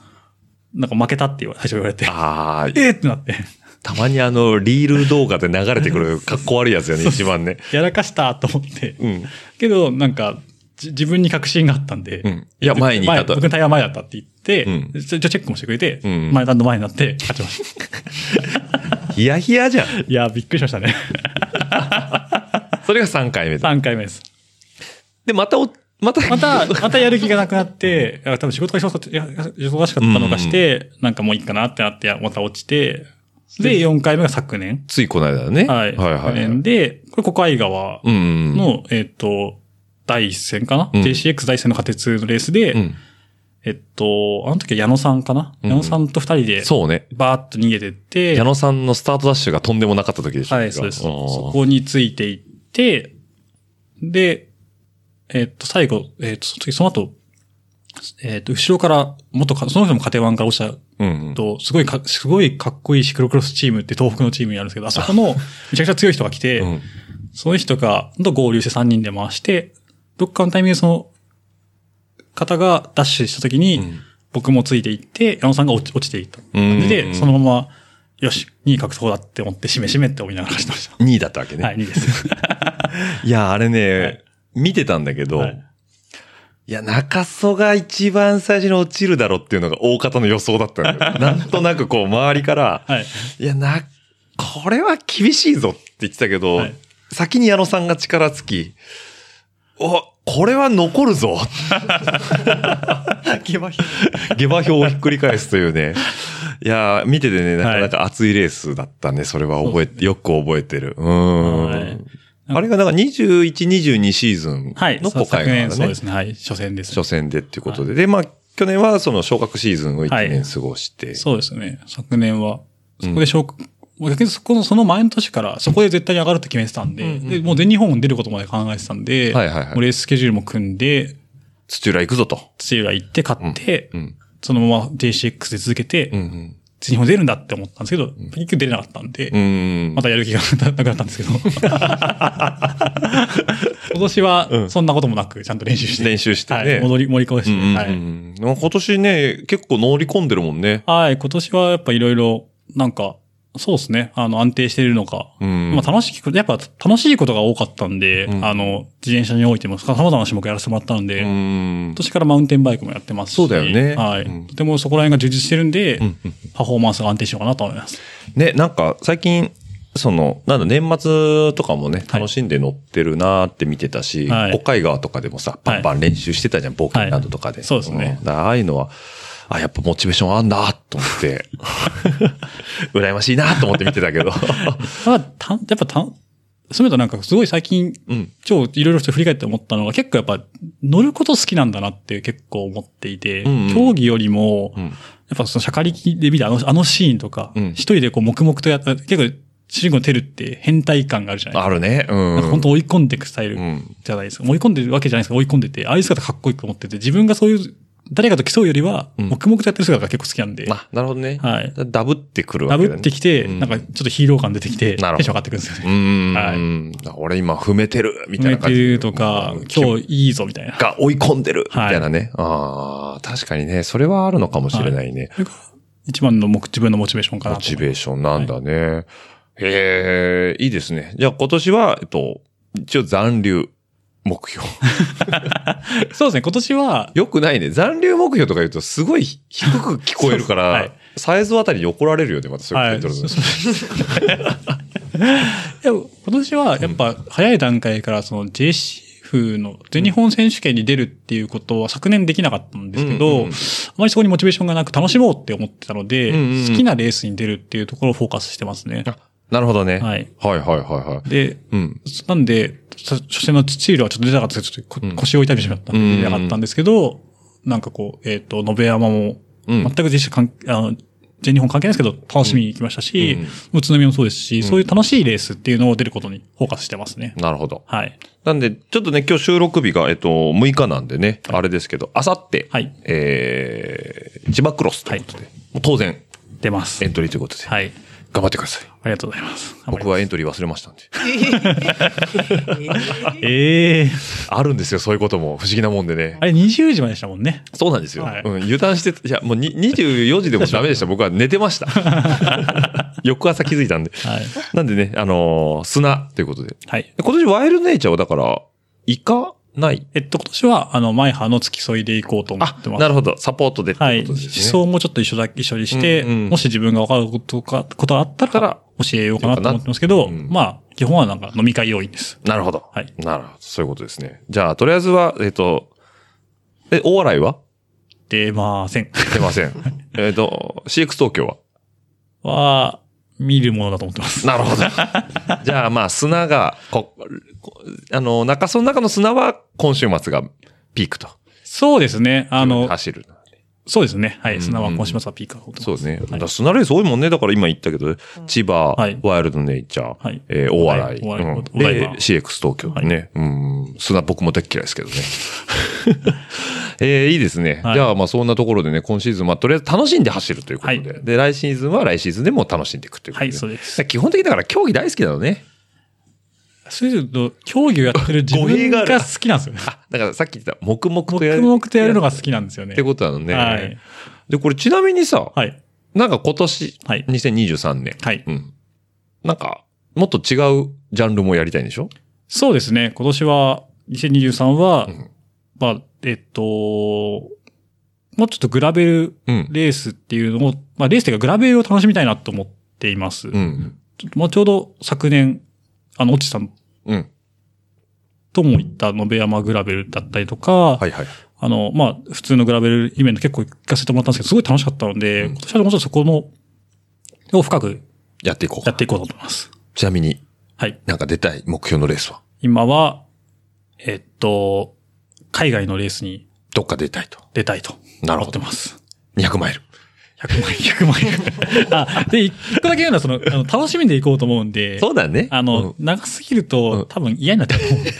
なんか負けたって言わ最初言われて、
ああ、
えーってなって、
たまにあの、リール動画で流れてく るかっこ悪いやつよね、一番ね。
やらかしたと思って。
うん。
けど、なんか、じ自分に確信があったんで、
うんいや前にいたと
僕のタイヤは前だったって言って、
うん
ちょ一応チェックもしてくれて、
うん
前段の前になって勝ち まし
ヒヤヒヤじゃん。
た。いやー、びっくりしましたね。
それが3回目で。
3回目です。
で、またお、また、
また、またやる気がなくなって、いや多分仕事が忙しかったいや忙しかったのかして、なんかもういいかなってなって、また落ちて、で、4回目が昨年。
ついこの間だね。
はい。
はいは
昨
い。
年で、これ、国会川
うんうん。
の、えっ、と、第一戦かな、
うん
?JCX 第一戦の仮鉄のレースで、
うん。
えっと、あの時は矢野さんかな、
うん
矢野さんと二人で、
そうね。
バーッと逃げてって、
矢野さんのスタートダッシュがとんでもなかった時でしょ
はい、そうです。
ん
そこについていって、で、えっと、最後、えっと、その次、その後、えっと、後ろから、元か、その人もカテワンから落ちた
うんうん。
と、すごいか、すごいかっこいいシクロクロスチームって東北のチームにあるんですけど、あそ この、めちゃくちゃ強い人が来て、
うん
その人が、と合流して3人で回して、どっかのタイミングでその、方がダッシュした時に、
ん
僕もついていって、矢野さんが落ち落ちていった。
うん
で、そのまま、よし、2位確保だって思って、しめしめって思いながら走ってまし
2位だったわけね。
た。はい、2位です。
いや、あれね、見てたんだけど、
はいい、
や、中曽が一番最初に落ちるだろうっていうのが大方の予想だったん だよ。なんとなくこう、周りから、
はい。
い、や、な、これは厳しいぞって言ってたけど、
はい
先に矢野さんが力尽き、お、これは残る ぞ。下馬評。下馬評をひっくり返すというね。いや、見ててね、なかなか熱いレースだったね。それは覚えて、よく覚えてる。う
は
ー
い
ん。あれがなんか21、22シーズン
はい、
の
そう
国会
昨
がね、
年、そうですね。はい、初戦です。
初戦でっていうことで。で、まあ、去年はその昇格シーズンを1年過ごして。
そうですね。昨年は、そこで昇格、もう逆にそこの、その前の年から、そこで絶対に上がるって決めてたんで、でもう全日本出ることまで考えてたんで、
はいはいはい
もうレーススケジュールも組んで、
土浦行くぞと。
土浦行って勝って、
うん。
そのまま JCX で続けて、
うんうん。
全日本出るんだって思ったんですけど、結局出れなかったんで、
うん。
またやる気がなくなったんですけど。今年は、そんなこともなく、ちゃんと練習して。
練習してね
はい、戻り、盛り返し
う
て、
んうんうん
は
う
い。
んまあ今年ね、結構乗り込んでるもんね。
はい、今年はやっぱいろいろ、なんか、そうですね。あの、安定しているのか。
うん
まあ楽しいこと、やっぱ楽しいことが多かったんで、
ん
あの、自転車においても、様々な種目やらせてもらったので、
う
今
ん。
年からマウンテンバイクもやってますし。
そうだよね
はい。
うん
とてもそこら辺が充実してるんで、パフォーマンスが安定しようかなと思います。
ね、なんか最近、その、なんだ、年末とかもね、
はい
楽しんで乗ってるなーって見てたし、
はい
国会川とかでもさ、パンパン練習してたじゃん、冒険などとかで。
はいそうですね
んだからああいうのは、あ、やっぱモチベーションあんなと思って、羨ましいなと思って見てた けど。
ただ、たやっぱた、そういうとなんかすごい最近、
うん。
超いろいろと振り返って思ったのが結構やっぱ乗ること好きなんだなって結構思っていて、
うんうん
競技よりも、
うん
やっぱそのシャカリキで見たあのあのシーンとか、
うん
一人でこう黙々とやった、結構主人公のテルって変態感があるじゃないです
あるね。うん。
か。本当追い込んでいくスタイル
うん
じゃないですか。追い込んでるわけじゃないですか。追い込んでて、ああいう姿かっこいいと思ってて、自分がそういう、誰かと競うよりは、
ん
黙々とやってる姿が結構好きなんで、
あ、なるほどね。
はい
ダブってくるわ
ダ
けだ
ブ
ね。
ってきて、なんかちょっとヒーロー感出てきて、テンシ
なるほど
ョン上がってくるんですよね。
うーん、
はい
俺今踏めてるみたい
メ
な
て
感じ。
るとか
うん、
今日いいぞみたいな。
が追い込んでるみ
はい
たいなね。ああ、確かにね、それはあるのかもしれないね。
それが一番の目自分のモチベーションかな
モ
と
チベーションなんだね。へえ、いいですね。じゃあ今年は、えっと、一応残留目 標。
そうですね、今年は、
よくないね。残留目標とか言うとすごい低く聞こえる から、
はい
サイズあたりに怒られるよね、またそういう
は
タイ
い。
ト
そう
ルの
そういや今年は、やっぱ、早い段階から、その JCF の全日本選手権に出るっていうことは昨年できなかったんですけ
うんうん
ど、
うん
あまりそこにモチベーションがなく楽しもうって思ってたので、
うんうんうん
好きなレースに出るっていうところをフォーカスしてますね。
あ なるほどね。
はい
はいはいはいはい。
で、
うん。
なんで、さ初戦のチールはちょっと出なかったですけど、ちょっとこ腰を痛めてしまったん
うん
で、出なかったんですけど、なんかこう、えっ、と、延山も、
うん
全く実施関あの、全日本関係ないですけど、楽しみに行きましたし、宇都宮もそうですし、そういう楽しいレースっていうのを出ることにフォーカスしてますね。
なるほど。
はい。
なんで、ちょっとね、今日収録日が、えっと、6日なんでね、あれですけど、あさって、
はい
えー、千葉クロスということで、もう当然、
出ます
エ。ントリーということで、
はい。
頑張ってください。
ありがとうございます。
僕はエントリー忘れましたんで。
ええ
あるんですよ、そういうことも。不思議なもんでね。
あれ20時まででしたもんね。
そうなんですよ、
はい
うん。油断して、いや、もうに24時でもダメでした。僕は寝てました。 翌朝気づいたんで。
はい。
なんでね、あのー砂ということで。
はい。
今年ワイルドネイチャーはだから、イカない。
えっと、今年は、あの、マイハの付き添いで行こうと思
あ
って、ます。
なるほど。サポートでって
はい。
こと
思
ですね。
想もちょっと一緒だ、一緒にして、
うんうん
もし自分が分かることか、ことがあった
たら
ら、教えようかなと思ってますけど、
うん
まあ、基本はなんか飲み会要員です。
なるほど。
はい
なるほど。そういうことですね。じゃあ、とりあえずは、えっ、と、え、大洗は
出ません。
出ません。えっと、CX 東京は
は、見るものだと思ってます。
なる ほど。じゃあまあ砂が、こ、こあの、中、その中の砂は今週末がピークと。
そうですね。あの、
走る。
そうですね。は
うん
い。砂は今週末はピークだと思ってます。
そうですね。だ
は
か
い
ら砂レース多いもんね。だから今言ったけど、千葉、
はい
ワイルドネイチャー、
はい
えー大洗、
大洗
うん
大洗
で、CX 東京ね、うん、砂僕も大っ嫌いですけ どね。えーいいですね。
はい
じゃあまあそんなところでね、今シーズン、まあとりあえず楽しんで走るということで、
はい
で、来シーズンは来シーズンでも楽しんでいくということ
は
で、
い、そうです。
だから基本的にだから競技大好きだよね。
そういうの、競技をやってる自
語弊
分
がある
が好きなんですよね。
あ、だからさっき言った、黙々とやる。
僕もとやるのが好きなんですよね。
ってことなのね。
はい
で、これちなみにさ、
はい。
なんか今年、
はい
2023年、
はい。
うん。なんか、もっと違うジャンルもやりたいんでしょ
そうですね。今年は、2023は、
ん
まあ、えっと、もうちょっとグラベル
うん。
レースっていうのを、まあレースっていうかグラベルを楽しみたいなと思っています。
うん。
ちょまあちょうど昨年、あの、オチさん
うん。
とも行った野辺山グラベルだったりとか、
はいはい。
あの、まあ、普通のグラベルイベント結構行かせてもらったんですけど、すごい楽しかったので、
うん
今年はもうちょっとそこも、を深く
やっていこうか
やっていこうと思います。
ちなみに、
はい。
なんか出たい目標のレースは、
今は、えっと、海外のレースに
どっか出たいと。
出たいと
なる
思
ほ
って
ど。
ます。
200マイル。
100万円、100万円。あ、で、一個だけ言うのは、その、あの楽しみで行こうと思うんで、
そうだね。
あの、長すぎると、
うん
多分嫌になっちゃうと思うんで。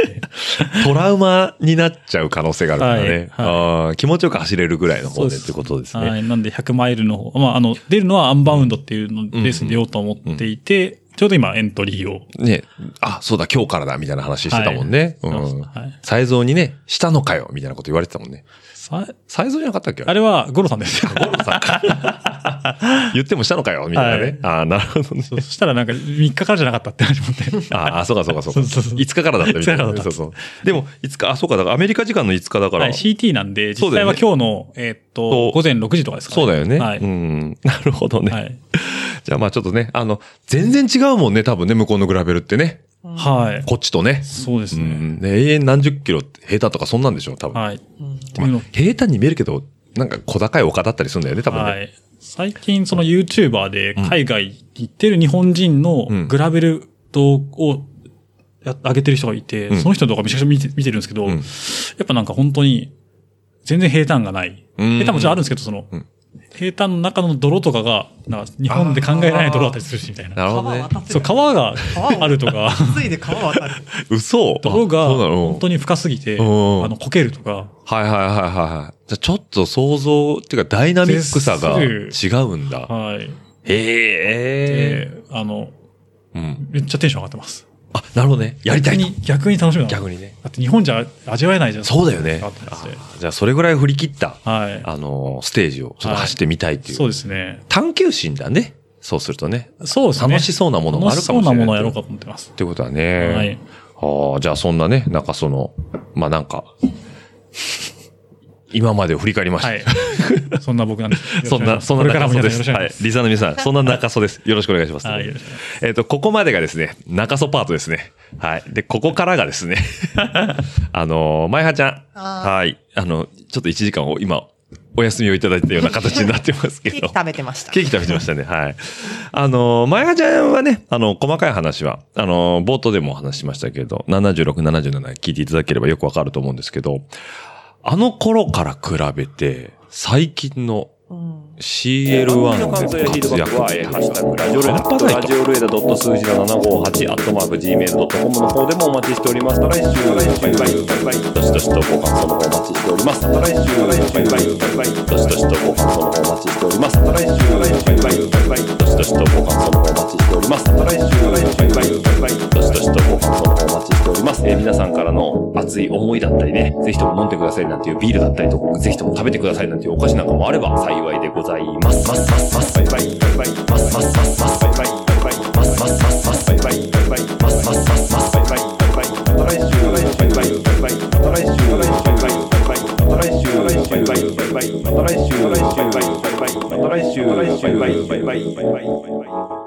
うん、トラウマになっちゃう可能性があるからね。
はいは
あー気持ちよく走れるぐらいの方で
そう
っ
です
てことですね。
はい。なんで、100マイルの方、まあ、あの、出るのはアンバウンドっていうのレースに出ようと思っていて、ちょうど今エントリーを。
ね、あ、そうだ、今日からだ、みたいな話してたもんね。
はい
うん。
はい
才蔵にね、したのかよ、みたいなこと言われてたもんね。
さ
才蔵じゃなかったっけ
あれは、ゴロさ んですよ。
ゴロさん か言ってもしたのかよ、みたいなね。ああ、なるほどね。
そしたらなんか、3日からじゃなかったって始まって。
ああ、そうかそうかそうか。
そうそうそ
5
う
日からだったみたいな、
5日からだった
そうそう。でも、5日、あ、そうか、だからアメリカ時間の5日だから。
はい、CT なんで、
そう
実
だ
際
よね
は今日の、えーっと、
そう
午前6時とかですかね。
そうだよね。
はい。
うん。なるほどね。
はい。
じゃあまあちょっとね、あの、全然違うもんね、多分ね、向こうのグラベルってね。
はい。
こっちとね。
そうです
う
ね。
ん。で永遠何十キロって、平坦とかそんなんでしょ、多分。
はい。ってい
ま
うの
あ、平坦に見えるけど、なんか小高い丘だったりするんだよね、多分ね。
はい。最近、その YouTuber で海外に行ってる日本人の
うん
グラベル動をや上げてる人がいて、
うん
その人の動画めちゃくちゃ見て見てるんですけど、
うん
やっぱなんか本当に全然平坦がない。
うん
平坦もちろんあるんですけど、その、
うん
平坦の中の泥とかが、なんか日本で考えられない泥だったりするし、みたい
な
な。
るほど
川
ね。
渡って
そう、川が あるとか、
ついで 川渡る。
嘘
泥が
あそうなの
本当に深すぎて、あ
ん
の、こけるとか、
はいはいはいはいはい。じゃあちょっと想像っていうかダイナミックさが違
です
うんだ。
はい。
へえ。
で、あの、
うん。
めっちゃテンション上がってます。
あ、なるほどね。やりたい
逆
と。
に、逆に楽しみなの
逆にね。
だって日本じゃ味わえないじゃん。
そうだよね
あったりして
じゃあそれぐらい振り切った、
はい。
あのー、ステージをちょっと
はい
走ってみたいっていう。
そうですね。
探求心だね。そうするとね。
そうですね。
楽しそうなものもあるかもしれない
楽しそうなものをやろうかと思ってます
っ。てことはね。
はい。
ああ、じゃあそんなね、なんかその、まあなんか、 今までを振り返りました。
はい。そんな僕なんです。
そんな、そんな
これから
中
も
曽
皆
で
さん
す。
よろしくお
は
願い
い
し。
リザーの皆さ ん、そんな中曽です。よろしくお願いします。
はいよろしくお願い
えっと、ここまでがですね、中曽パートですね。はい。で、ここからがですね、 あのー、まいはちゃん。
あー
はい。あの、ちょっと1時間を今、お休みをいただいたような形になってますけ
ケーキ
ど。
食べてました。
ケーキ食べてましたね。はい。あの、まやちゃんはね、あの、細かい話は、あの、冒頭でもお話ししましたけど、76、77聞いていただければよくわかると思うんですけど、あの頃から比べて、最近の
うん
番
CL1
組の感想やフィードバックは、えーハッシュタグラジオルエ
半端ない
ダ、ラジオルエダ数字の758、アットマーク Gmail.com の方でもお待ちしております。また来週、バイバイ、どしどしとご感想の方お待ちしております。また来週、バイバイ、どしどしとご感想の方お待ちしております。また来週、バイバイ、どしどしとご感想の方お待ちしております。また来週、バイバイ、どしどしとご感想の方お待ちしております。えー皆さんからの熱い思いだったりね、ぜひとも飲んでくださいなんていうビールだったりとか、ぜひとも食べてくださいなんていうお菓子なんかもあれば幸いでございます。ますますますバイバイバイバイますますますますバイバイバイバイますますますますバイバイバイバイますますますますバイバイバイバイまた来週バイバイバイバイまた来週バイバイバイバイまた来週バイバイバイバイまた来週バイバイバイバイまた来週バイバイバイバイ